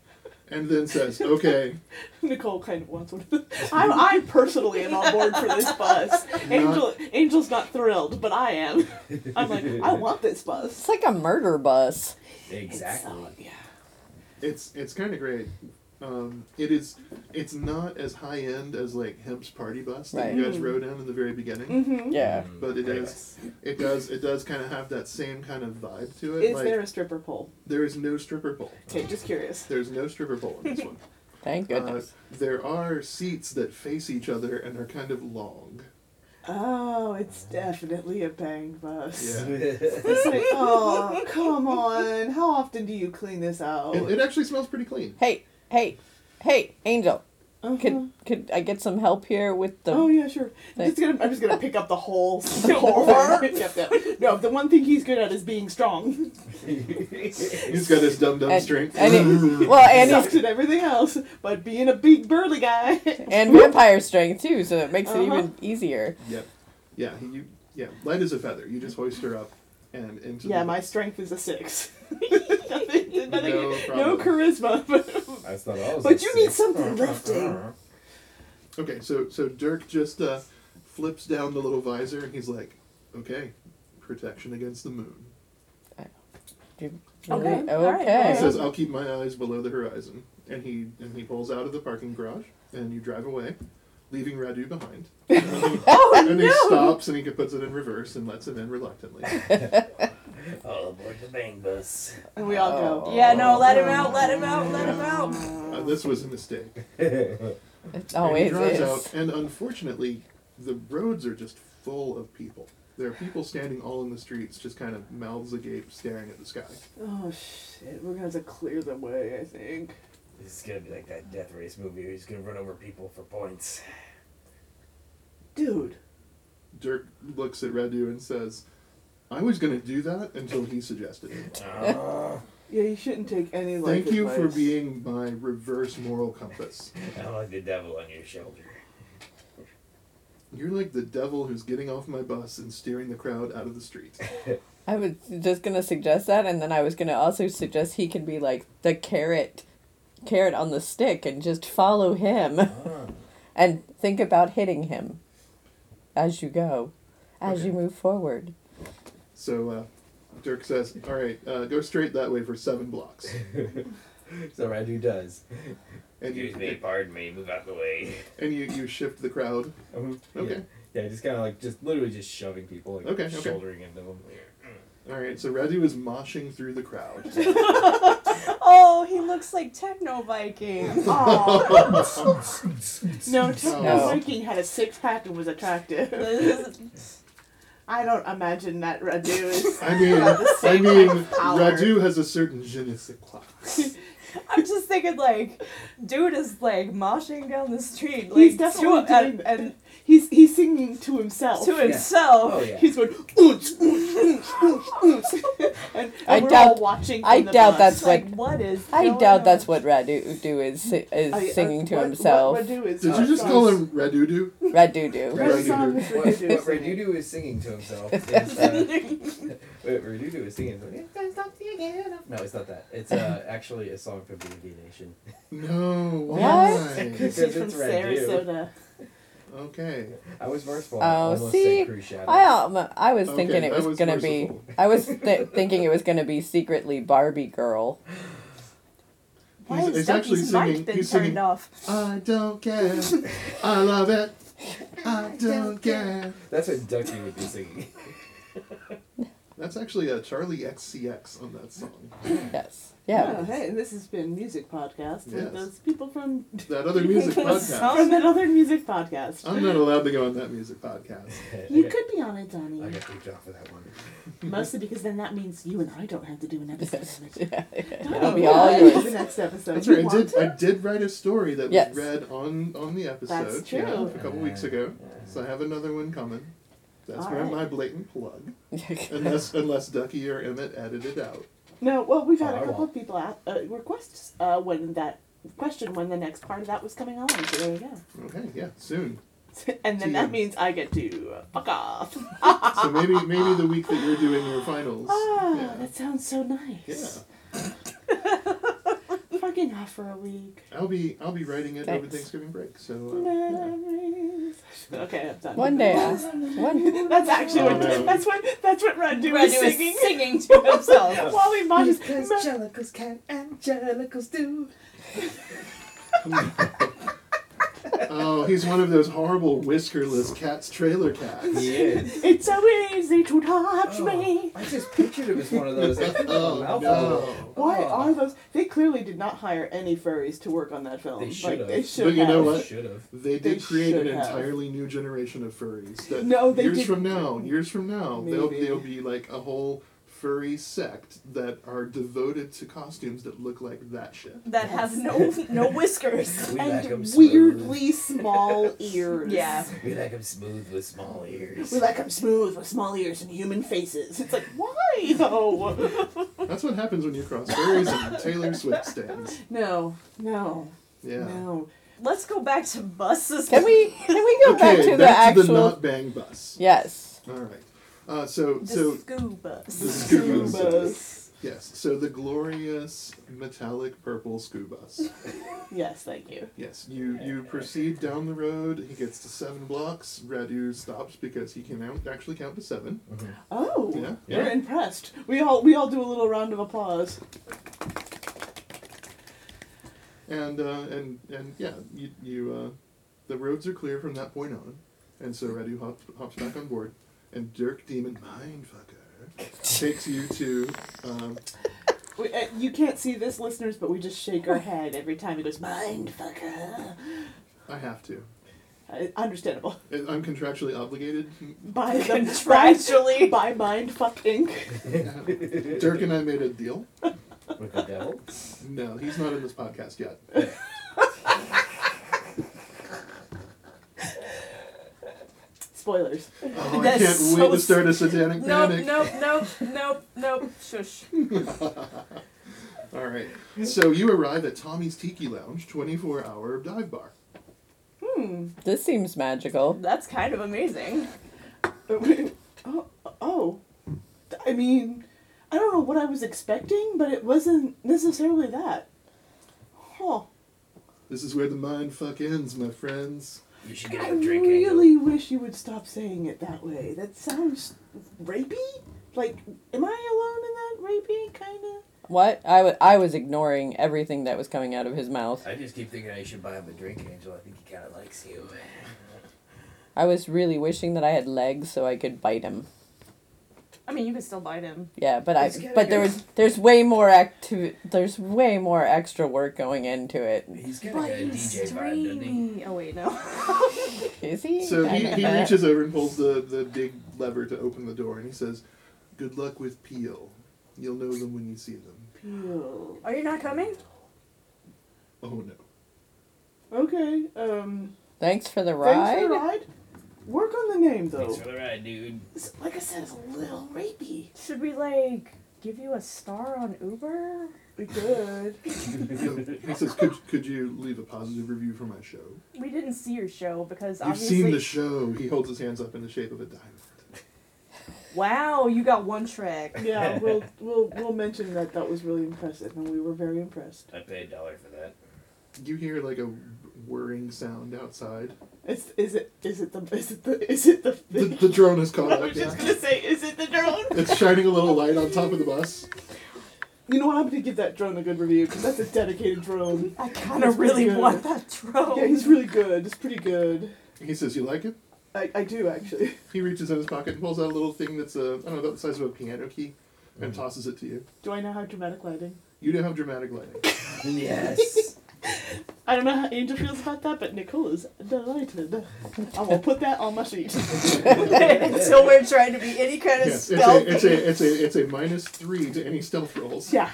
A: and then says, "Okay."
B: Nicole kind of wants one. of those. I I personally am on board for this bus. Angel Angel's not thrilled, but I am. I'm like I want this bus.
G: It's like a murder bus.
E: Exactly.
B: So, yeah.
A: It's it's kind of great. Um, it is it's not as high end as like Hemp's party bus that you
G: Right.
A: guys rode in in the very beginning,
B: Mm. Mm-hmm.
G: Yeah.
F: Mm,
A: but it
E: Pretty
A: is it does it does kind of have that same kind of vibe to it.
B: Is
A: like
B: there a stripper pole?
A: there is no stripper pole.
B: Okay, just curious.
A: There's no stripper pole in this one.
G: Thank
A: Uh,
G: goodness.
A: there are seats that face each other and are kind of long.
B: Oh, it's definitely a bang bus.
A: Yeah.
E: nice.
B: It's like, oh, come on. How often do you clean this out?
A: It, it actually smells pretty clean.
G: hey, hey, hey, Angel.
B: Uh-huh.
G: Could could I get some help here with the?
B: Mm-hmm. Oh yeah, sure. I'm
G: Thank-
B: just gonna I'm just gonna pick up the whole store. Yep, yep. No, the one thing he's good at is being strong.
A: He's got his dumb dumb
G: And-
A: strength.
G: and
A: Mm.
G: it- well, and he's
B: Sucks at everything else, but being a big burly guy.
G: and vampire strength too, so it makes it
B: Uh-huh.
G: even easier.
A: yep. Yeah. He, you. Yeah. Light as a feather. You just hoist her up, and into.
B: yeah,
A: the,
B: my strength is a six. nothing, nothing,
A: No
B: no
A: problem.
B: charisma. But
E: That's not all.
B: But you need something lifting.
A: Okay. So so Dirk just uh, flips down the little visor, and he's like, "Okay, protection against the moon."
G: Really?
D: Okay, all right,
A: He
G: Okay.
A: says, "I'll keep my eyes below the horizon," and he and he pulls out of the parking garage, and you drive away, leaving Radu behind. and he stops, and he puts it in reverse and lets him in reluctantly.
F: All aboard the bang bus.
B: and we all go.
D: Yeah, no, let him out, let him out, let him out.
A: Uh, this was a mistake.
G: It's
A: And he
G: always
A: drives
G: is.
A: out, and unfortunately, the roads are just full of people. There are people standing all in the streets, just kind of mouths agape, staring at the sky.
B: Oh shit, we're gonna have to clear the way. I think.
F: This is gonna be like that Death Race movie where he's gonna run over people for points.
B: Dude,
A: Dirk looks at Radu and says, "I was going to do that until he suggested it."
F: Oh,
B: yeah, you shouldn't take any life
A: Thank you for
B: advice.
A: being my reverse moral compass.
F: I'm like the devil on your shoulder.
A: You're like the devil who's getting off my bus and steering the crowd out of the street.
G: I was just gonna suggest that, and then I was gonna also suggest he can be like the carrot, carrot on the stick, and just follow him, and think about hitting him, as you go, as you
A: Okay.
G: move forward.
A: So uh, Dirk says, "All right, uh, go straight that way for seven blocks."
E: so Radu does.
A: And
F: Excuse me,
A: you
F: pardon me, move out of the way.
A: and you, you shift the crowd.
E: Um,
A: Uh-huh. Okay.
E: Yeah, yeah just kind of like just literally just shoving people, like
A: Okay, okay.
E: shouldering into them.
A: All right, so Radu is moshing through the crowd.
D: Oh, he looks like Techno Viking.
B: No, Techno
A: No.
B: Viking had a six pack and was attractive. I don't imagine that Radu is.
A: I mean, I mean, Radu has a certain je ne sais quoi.
D: I'm just thinking, like, dude is like moshing down the street, like
B: He's
D: to,
B: definitely doing
D: and, and
B: He's he's singing to himself.
D: to himself.
E: Oh yeah.
B: He's going oons, oons, oons, oons, oons. and, and
G: I
B: we're
G: doubt-
B: all watching.
G: I
B: from the
G: doubt
B: bus.
G: that's
D: like,
G: what-
D: what is?
G: I
D: going
G: doubt
D: on?
G: that's what Radu do is si- is
B: Oh, yeah,
G: singing to
B: what-
G: himself.
B: What Radu is
A: Did you just call him Radudu?
G: Radu do.
B: There's a song with
E: What, what
B: Radu is singing.
E: Redudu is singing to himself is. Uh, what Redudu is singing. is, "It's not singing enough." No, it's not that. It's uh, actually a song from D&D Nation.
A: No,
G: What?
A: why?
E: Because
B: She's from
E: it's Radu.
B: Sarasota.
A: Okay.
E: I was merciful. I
G: Oh,
E: almost
G: see,
E: said Cruise Shadows.
G: I
A: uh,
G: um, I was
A: Okay,
G: thinking it
A: that
G: was,
A: was
G: gonna
A: merciful.
G: be. I was th- thinking it was gonna be secretly Barbie girl.
D: Why
A: He's-
D: has
A: he's actually
D: Ducky's
A: singing-
D: mic been
A: he's
D: turned
A: singing-
D: off?
A: I don't care. I love it. I don't care.
E: That's what Ducky would be singing.
A: That's actually a Charlie XCX on that song.
G: Yes. Yeah.
B: Oh, hey, this has been music podcast
A: Yes.
B: with those people from
A: That other music podcast.
B: from that other music podcast.
A: I'm not allowed to go on that music podcast.
B: You could be on it, Donnie.
E: I got kicked off for that one.
B: Mostly because then that means you and I don't have to do an episode of it.
G: yeah.
B: Donnie,
G: be
B: we'll
G: all
B: do
G: yours.
B: The next episode.
A: That's
B: You
A: right. I
B: want
A: did. I did write a story that was
G: Yes.
A: read on on the episode.
B: That's
A: yeah,
B: true.
A: a
E: Uh,
A: couple weeks ago. So I have another one coming. That's
B: All
A: my,
B: right.
A: my blatant plug. Unless unless Ducky or Emmett edit it out.
B: No, well, we've had
E: Oh,
B: a
E: I
B: couple
E: won't.
B: of people at, uh, request uh, when that question when the next part of that was coming on. So there you go.
A: Okay, yeah, soon.
B: and then
A: Yeah.
B: that means I get to uh, fuck off.
A: So maybe maybe the week that you're doing your finals.
B: Oh,
A: yeah.
B: that sounds so nice.
A: yeah.
B: Fucking off for a week.
A: I'll be I'll be writing it over
G: Thanks.
A: Thanksgiving break. So uh,
B: Memories. Okay, I'm done.
G: One day. I, one.
B: That's actually
A: Oh,
B: what.
A: no.
B: That's what. That's what Randu
D: Radu
B: was
D: is
B: singing.
D: singing to himself.
B: While we watched.
E: Jellicles can and Jellicles do.
A: Oh, he's one of those horrible whiskerless cats trailer cats.
E: He is.
B: It's so easy to
F: Oh,
B: touch me.
E: I just pictured him as one of those. Like, oh,
A: Oh no.
B: Why
E: Oh.
B: are those? They clearly did not hire any furries to work on that film.
E: They
B: like,
E: should've.
B: they
E: But
B: should
A: you know
B: have.
A: what?
E: Should have.
A: They
B: They
A: did create an
B: should have.
A: entirely new generation of furries. That
B: No, they
A: years
B: did-
A: from now, years from now, they'll
B: Maybe.
A: they'll be like a whole furry sect that are devoted to costumes that look like that shit.
D: that has no no whiskers.
F: We like 'em
B: and
F: smooth.
B: weirdly small ears.
D: Yeah.
F: We like 'em smooth with small ears.
B: We like them smooth with small ears and human faces. It's like, why though?
A: That's what happens when you cross furries and Taylor Swift stands.
B: no, no,
A: Yeah.
B: no.
D: Let's go back to buses.
G: Can we can we go back to the
A: back to
G: actual?
A: the not bang bus.
G: yes.
A: All right. Uh, so
D: The
A: so
D: school bus.
A: The scuba.
B: Scuba.
A: yes. So the glorious metallic purple scuba bus.
B: Yes, thank you.
A: Yes, you you proceed down the road. He gets to seven blocks. Radu stops because he can out, actually count to seven.
F: Mm-hmm.
B: Oh,
A: Yeah.
B: we're
E: Yeah.
B: impressed. We all we all do a little round of applause.
A: And uh, and and yeah, you you uh, the roads are clear from that point on. And so Radu hops hops back on board, and Dirk Demon Mindfucker takes you to um,
B: We, uh, you can't see this, listeners, but we just shake our head every time he goes mindfucker.
A: I have to.
B: Uh, understandable.
A: I- I'm contractually obligated.
B: By the
D: Contractually.
B: by mind fuck Inc.
A: Dirk and I made a deal.
E: With the devil?
A: No, he's not in this podcast yet.
B: Spoilers.
A: Oh, I
D: That's
A: can't
D: so
A: wait to start a satanic
D: Nope,
A: panic.
D: nope, nope, nope, nope. Shush.
A: All right. So you arrive at Tommy's Tiki Lounge, 24 hour dive bar.
G: This seems magical.
D: That's kind of amazing.
B: oh, oh. I mean, I don't know what I was expecting, but it wasn't necessarily that. Huh.
A: This is where the mind fuck ends, my friends.
F: You should get
B: I
F: him a drink
B: really wish you would stop saying it that way. That sounds rapey. Like, am I alone in that rapey kind of?
G: What I wa- I was ignoring everything that was coming out of his mouth.
F: Angel. I just keep thinking I should buy him a drink, Angel. I think he kind of likes you.
G: I was really wishing that I had legs so I could bite him.
D: I mean, you could still bite him.
G: Yeah, but I
F: It's gotta
G: but there
F: go.
G: was there's way more activ- there's way more extra work going into it.
F: He's kind of got a DJ vibe, doesn't he?
D: dreamy. Oh wait, no.
G: Is he?
A: So
G: I
A: he,
G: don't
A: he
G: know.
A: reaches over and pulls the, the big lever to open the door and he says, Good luck with Peel. You'll know them when you see them.
B: Peel.
D: Are you not coming?
A: Oh no.
B: Okay, um.
G: Thanks for
B: Thanks for
G: the
B: the
G: ride.
B: ride. Work on the name, though.
F: Thanks for the ride, dude.
B: It's- Like I said, it's a little rapey.
D: Should we like give you a star on Uber?
B: We could.
A: He says, could, could you leave a positive review for my show?
D: We didn't see your show because
A: You've
D: obviously.
A: seen the show. He holds his hands up in the shape of a diamond.
D: wow, you got one trick.
B: Yeah, we'll, we'll, we'll mention that that was really impressive, and we were very impressed.
F: I paid a dollar for that.
A: You hear like a whirring sound outside.
B: It's, is it is it the is it the is it the,
A: The, the drone is caught
B: I was
A: up.
B: just
A: Yeah.
B: gonna say, is it the drone?
A: It's shining a little light on top of the bus.
B: You know what? I'm gonna give that drone a good review because that's a dedicated drone.
D: I kind of really
B: Yeah.
D: want that drone.
B: Yeah, he's really good. It's pretty good.
A: He says, "You like it?"
B: I, I do actually.
A: He reaches in his pocket and pulls out a little thing that's a I don't know about the size of a piano key, and tosses it to you.
B: Do I know how dramatic lighting?
A: You do have dramatic lighting.
E: yes.
B: I don't know how Angel feels about that, but Nicole is delighted. I will put that on my sheet.
D: Until we're trying to be any kind of
A: yes, it's
D: stealth.
A: a, it's a it's a it's a minus three to any stealth rolls.
B: Yeah.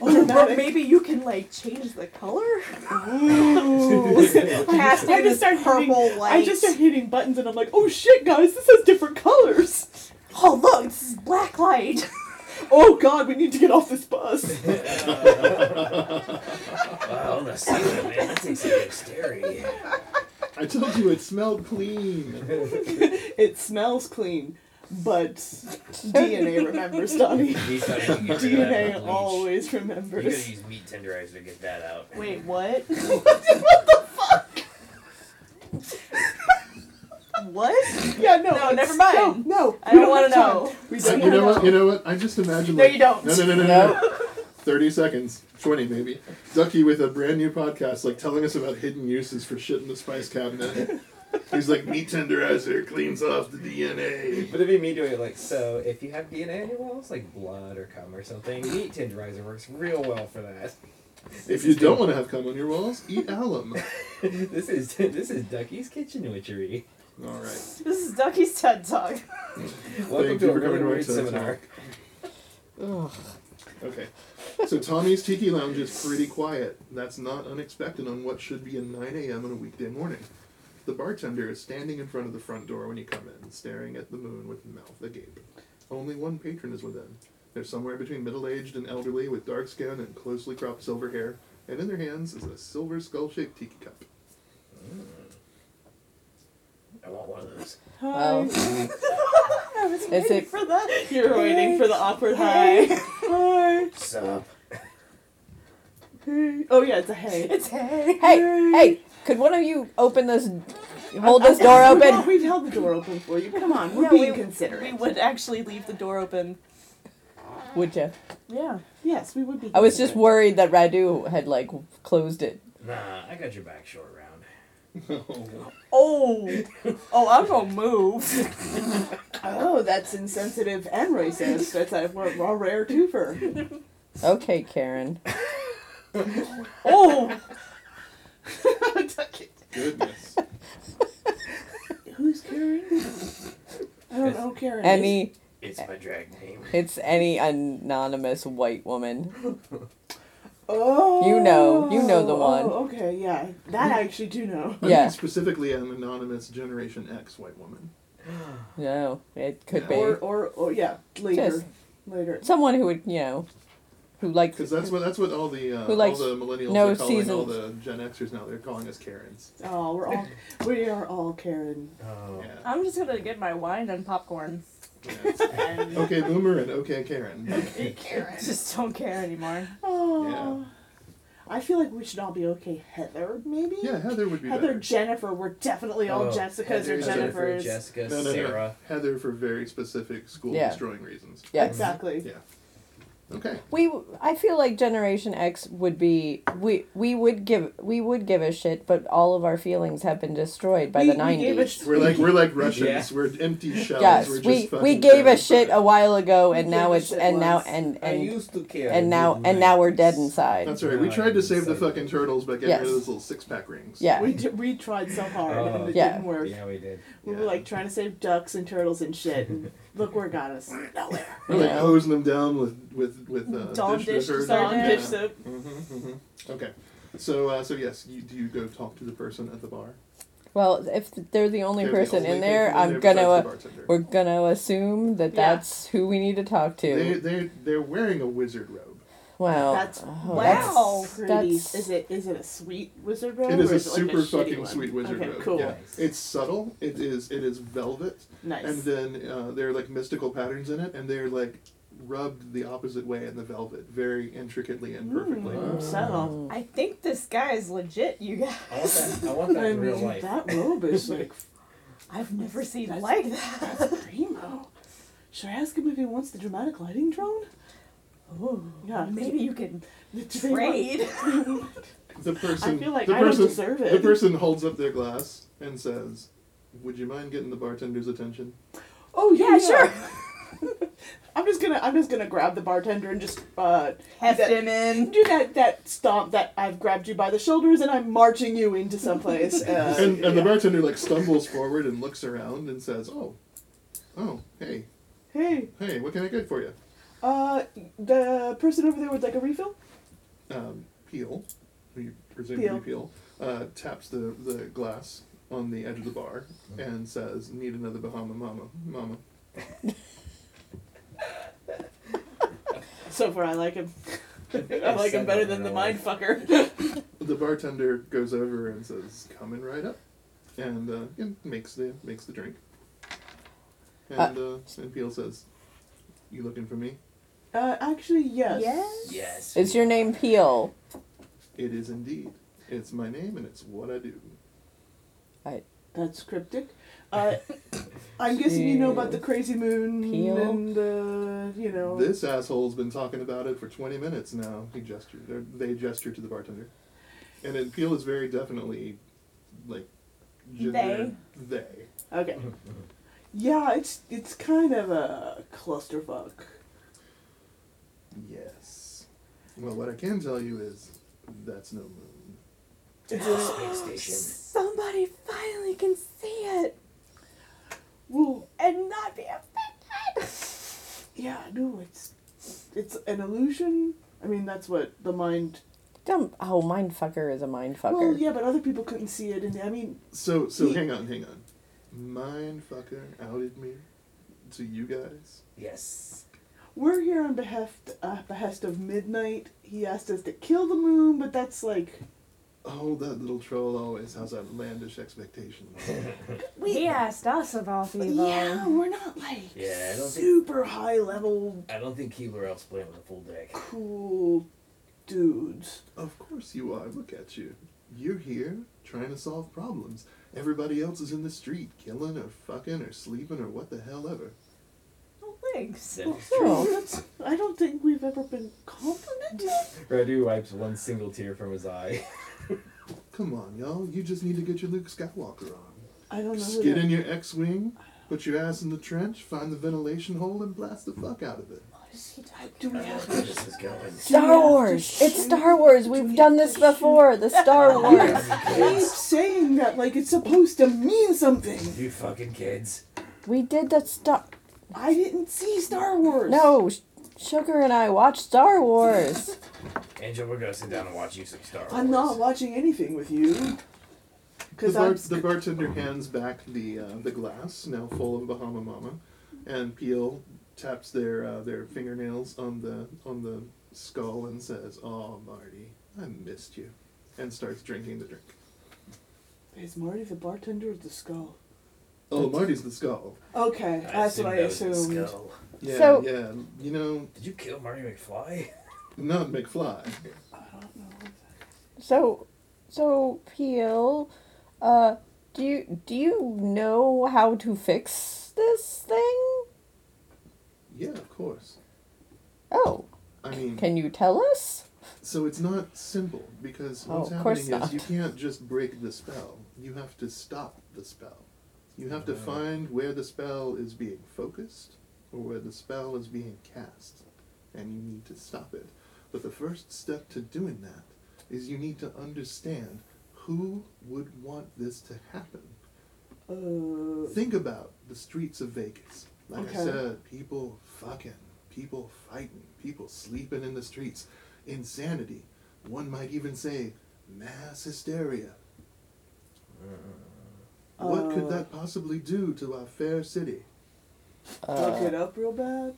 D: Oh, but
B: Dramatic.
D: maybe you can like change the color.
B: Ooh.
D: Casting
B: I just
D: this
B: start
D: purple
B: hitting,
D: light.
B: I just start hitting buttons and I'm like, oh shit, guys, this has different colors.
D: Oh look, this is black light.
B: Oh god, we need to get off this bus.
F: Wow, on the ceiling, man. That takes some dexterity.
A: I told you it smelled clean.
B: it smells clean, but DNA remembers, Donnie.
F: He's not even getting rid of that
B: DNA
F: bleach.
B: always
F: You gotta
B: remembers.
F: use meat tenderizer to get that out.
D: Wait, what? what?
B: Yeah, no.
D: No,
B: it's-
D: never mind.
B: No, no.
D: I don't wanna know.
B: We
A: Uh,
B: don't
A: you know
B: wanna
A: what? You know what? I just imagine.
D: No,
A: like,
D: you don't.
A: No, no, no, no, no. no. Thirty seconds, twenty maybe. Ducky with a brand new podcast, like telling us about hidden uses for shit in the spice cabinet. He's like meat tenderizer cleans off the DNA.
E: But it'd be me doing it like so. If you have DNA in your walls, like blood or cum or something, meat tenderizer works real well for that.
A: If you don't want to have cum on your walls, eat alum.
E: this is this is Ducky's kitchen witchery.
A: All right.
D: This is Ducky's TED Talk.
E: Welcome
A: Thank
E: to
A: you
E: a
A: for coming
E: Women
A: to our
E: Weird
A: TED
E: seminar.
A: Okay. So Tommy's Tiki Lounge is pretty quiet. That's not unexpected on what should be a 9 a.m. on a weekday morning. The bartender is standing in front of the front door when you come in, staring at the moon with mouth agape. Only one patron is within. They're somewhere between middle aged and elderly with dark skin and closely cropped silver hair, and in their hands is a silver skull shaped tiki cup.
F: I want one of those.
G: Oh. Is it
C: for that.
B: You're waiting for the awkward hi. hi.
F: Sup?
B: Hey. Oh yeah, it's a hey.
C: It's hey.
G: Hey, hey, could one of you open this, hold this door
B: Well,
G: open?
B: we've held the door open for you. Come on, we're
D: Yeah,
B: being
D: we- We
B: considerate.
D: would actually leave the door open.
G: Would you?
D: Yeah.
B: yes, we would be.
G: I was just
B: considerate.
G: worried that Radu had like closed it.
F: Nah, I got your back short round.
D: Oh. Oh, I'm gonna move.
B: Oh, that's insensitive and racist. That's a we're, we're a rare twofer.
G: Okay, Karen.
D: Oh.
A: Goodness.
B: Who's Karen? I don't know Karen.
G: Any,
F: It's my drag name.
G: it's any anonymous white woman.
B: Oh,
G: You know- you know the one.
B: Oh, okay, yeah, that I actually do know.
A: I
G: Yeah.
A: think specifically an anonymous Generation X white woman.
G: No, it could
B: Or,
G: be
B: or, or yeah, later,
G: Just-
B: later.
G: someone who would, you know, who likes.
A: Because that's what that's what all the uh,
G: Who likes
A: all the millennials
G: no
A: are calling all
G: seasons.
A: the Gen Xers now. They're calling us Karens.
B: Oh, we're all, we are all Karen.
F: Oh.
A: Yeah.
D: I'm just gonna get my wine and popcorn.
A: yeah. okay, Boomer and okay, Karen.
D: I just don't care anymore.
B: Oh, I feel like we should all be okay. Heather, maybe.
A: Yeah, Heather would be
B: Heather,
A: better.
B: Jennifer. We're definitely all
E: Oh,
B: Jessicas
E: Heather,
B: or
E: Jennifer,
B: Jennifers.
E: Jessica,
A: No, no, no.
E: Sarah.
A: Heather for very specific school
G: Yeah.
A: destroying reasons.
G: Yes.
B: Exactly.
A: Yeah. Okay.
G: We, I feel like Generation X would be we we would give we would give a shit, but all of our feelings have been destroyed by
B: We-
G: the
B: we gave a
G: nineties.
B: sh-
A: We're like we're like Russians.
E: Yeah.
A: We're empty shells.
G: Yes,
A: we're just
G: we we
A: fucking
G: gave a
A: Karens.
G: shit a while ago,
B: We
G: and
B: gave
G: now
B: a
G: it's
B: shit
G: and now
B: once.
G: and
E: I
G: and
E: used to care.
G: and now
E: didn't
G: and
E: I?
G: now we're dead inside.
A: That's all right.
E: Oh,
A: We tried to save the
E: Yes.
A: fucking turtles by getting
G: Yes.
A: rid of those little six pack rings.
G: Yeah,
B: We, d- we tried so hard and it
G: Yeah.
B: didn't work.
E: Yeah, we did.
B: We were
A: Yeah.
B: like trying to save ducks and turtles and shit. And look where it got us. Nowhere.
A: We're like
G: Yeah.
A: hosing them down with with with uh,
D: Dawn dish
A: detergent.
D: soap.
B: Dawn
A: Yeah.
B: dish soap.
A: Mhm, mhm. Okay. So uh, so yes, you, do you go talk to the person at the bar?
G: well, if they're the only
A: They're the
G: person
A: only
G: in there,
A: people
G: I'm
A: besides
G: gonna
A: the
G: uh,
A: bartender.
G: we're gonna assume that
B: Yeah.
G: that's who we need to talk
A: They
G: to.
A: they they're wearing a wizard robe.
G: Well,
B: That's
G: oh,
D: that's-
B: wow. pretty.
G: that's-
B: Is it is it a sweet wizard robe?
A: It is
B: or
A: a
B: is it like
A: super
B: a shitty
A: fucking
B: one?
A: sweet wizard
B: okay,
A: robe.
B: Cool.
A: Yeah. It's subtle. It is it is velvet,
B: Nice.
A: and then uh, there are like mystical patterns in it, and they're like rubbed the opposite way in the velvet, very intricately and perfectly.
B: Mm, subtle.
D: I think this guy is legit, you guys.
E: I want that. I want that
B: I
E: in real
B: mean,
E: life.
B: that robe is like
D: I've never seen
B: That's-
D: like that.
B: primo. Should I ask him if he wants the dramatic lighting drone?
D: Ooh.
B: Yeah.
D: Maybe you can
B: Do they want-
D: trade.
A: The person.
B: feel like
A: the
B: I don't
A: person,
B: deserve it.
A: The person holds up their glass and says, "Would you mind getting the bartender's attention?"
B: Oh yeah,
D: Yeah, sure.
B: I'm just gonna I'm just gonna grab the bartender and just uh
D: Heft
B: that-
D: him in.
B: do that that stomp that I've grabbed you by the shoulders and I'm marching you into someplace. Uh,
A: and and the
B: yeah.
A: bartender like stumbles forward and looks around and says, "Oh, oh, hey,
B: hey,
A: hey, what can I get for you?"
B: uh, the person over there would like a refill.
A: um, Peel, who you presumably Peel, uh, taps the, the glass on the edge of the bar and says, "Need another Bahama Mama, Mama."
B: So far, I like him. I like him
E: said
B: better
E: that
B: than
E: in
B: the
E: a
B: mind
E: way.
B: fucker.
A: The bartender goes over and says, "Coming right up," and, uh, and makes the makes the drink. And uh, and Peel says, "You looking for me?"
B: Uh, actually, yes.
F: Yes.
G: is your name Peel?
A: It is indeed. It's my name and it's what I do.
B: That's cryptic. Uh, I'm guessing you know about the crazy moon
G: Peel.
B: and uh, you know.
A: This asshole's been talking about it for 20 minutes now. He gestured. or They gesture to the bartender. And then Peel is very definitely, like, gender- They.
B: Okay. Yeah, it's it's kind of a clusterfuck.
A: Yes. Well, what I can tell you is that's no moon.
F: It's a space station.
D: Somebody finally can see it
B: Well,
D: and not be affected.
B: yeah, no, it's it's an illusion. I mean, that's what the mind.
G: Dumb. Oh, mindfucker is a mindfucker.
B: Well, yeah, but other people couldn't see it, and I mean,
A: So so
B: He-
A: hang on, hang on. Mindfucker outed me to you guys.
E: Yes.
B: we're here on behest uh, behest of midnight. He asked us to kill the moon, but that's like
A: Oh, that little troll always has outlandish expectations.
D: he asked us of all people.
B: yeah, we're not like
F: Yeah, I don't think-
B: super high level
F: I don't think Keebler else playing with a full deck.
B: cool dudes.
A: of course you are. Look at you. You're here trying to solve problems. Everybody else is in the street, killing or fucking or sleeping or what the hell ever.
D: Oh, thanks.
F: That is true.
G: Oh.
B: That's, I don't think we've ever been complimented.
E: Radu wipes one single tear from his eye.
A: Come on, y'all. You just need to get your Luke Skywalker on.
B: I don't know.
A: Just
B: who
A: get
B: that-
A: in your X-wing, put your ass in the trench, find the ventilation hole, and blast the fuck out of it.
B: Do we
F: I don't
B: have
F: know where
B: to?
F: this is going.
G: Star Wars. It's Star Wars. We've done this before. The Star Wars.
B: Keep saying that like it's supposed to mean something.
F: You fucking kids.
G: We did the Star.
B: I didn't see Star Wars.
G: No, Sh- Sugar and I watched Star Wars.
F: Angel, we're gonna sit down and watch you some Star Wars.
B: I'm not watching anything with you.
A: The,
B: Because
A: bar-
B: I'm.
A: the bartender hands back the uh, the glass, now full of Bahama Mama, and Peel taps their uh, their fingernails on the on the skull and says, "Oh, Marty, I missed you," and starts drinking the drink.
B: Is Marty the bartender or the skull?
A: Oh, Marty's the skull.
B: Okay, that's what I
F: assumed that was the
B: assumed.
F: skull.
A: Yeah,
G: So-
A: yeah. You know,
F: Did you kill Marty McFly?
A: not McFly.
G: So, so Peel, uh, do you do you know how to fix this thing?
A: Yeah, of course.
G: Oh,
A: I mean,
G: can you tell us?
A: So it's not simple because
G: Oh,
A: what's
G: of
A: happening
G: course
A: is
G: not.
A: you can't just break the spell. You have to stop the spell. You have to find where the spell is being focused or where the spell is being cast, and you need to stop it. But the first step to doing that is you need to understand who would want this to happen.
B: Uh,
A: Think about the streets of Vegas. Like I
B: Okay.
A: said, people fucking, people fighting, people sleeping in the streets. Insanity. One might even say mass hysteria. What could
B: Uh.
A: that possibly do to our fair city?
B: fuck it up real bad.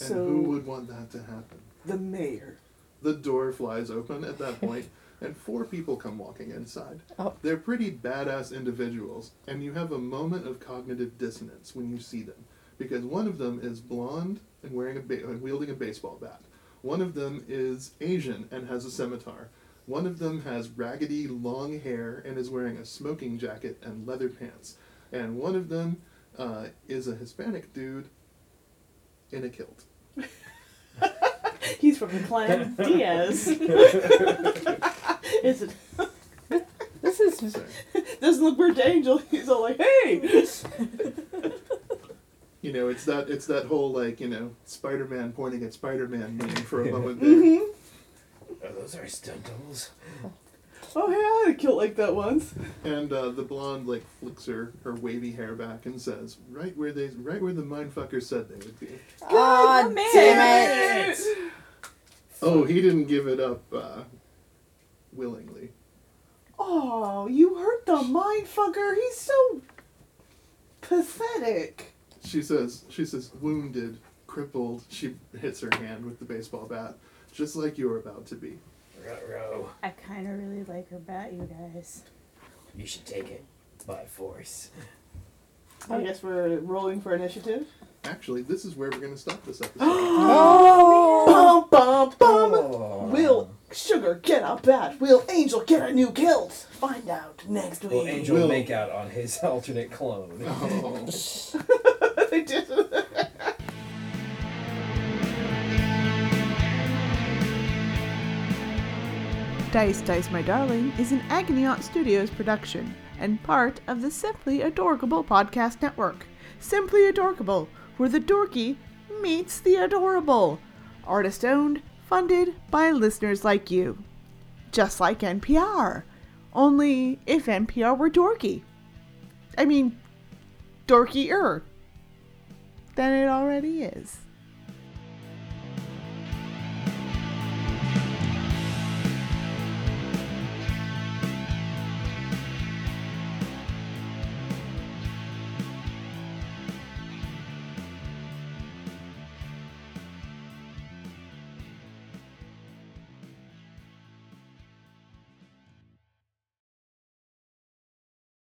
A: And Uh. who
B: So
A: would want that to happen?
B: the mayor.
A: The door flies open at that point, and four people come walking inside.
G: Oh.
A: They're pretty badass individuals, and you have a moment of cognitive dissonance when you see them, because one of them is blonde and wearing a ba- and wielding a baseball bat. One of them is Asian and has a scimitar. One of them has raggedy long hair and is wearing a smoking jacket and leather pants. And one of them uh, is a Hispanic dude in a kilt.
B: He's from the clan Diaz. Is it?
G: This is
A: So
B: Doesn't look weird to Angel. He's all like, "Hey,
A: You know, it's that it's that whole like you know Spider-Man pointing at Spider-Man meme for a moment there.
B: mm-hmm.
F: Oh, those are stunt doubles.
B: oh hey, I had a kilt like that once."
A: And uh, the blonde like flicks her, her wavy hair back and says, "Right where they, right where the mindfucker said they would be."
G: ah damn it.
A: Oh, he didn't give it up uh, willingly.
B: Oh, you hurt the mind fucker. He's so pathetic.
A: She says, she says, wounded, crippled. She hits her hand with the baseball bat, just like you were about to be.
F: Ruh-roh.
C: I kind of really like her bat, you guys.
F: You should take it by force.
B: I guess we're rolling for initiative.
A: Actually, this is where we're gonna stop this episode.
B: Bum bum bum.
F: Oh.
B: Will Sugar get a bat? Will Angel get a new kilt? Find out next week.
E: Will Angel
A: Will.
E: make out on his alternate clone?
A: Oh.
B: They did. Dice Dice My Darling is an Agony Aunt Studios production and part of the Simply Adorkable podcast network. Simply Adorkable, where the dorky meets the adorable. Artist owned, funded by listeners like you. Just like NPR. Only if NPR were dorky. I mean, dorkier than it already is.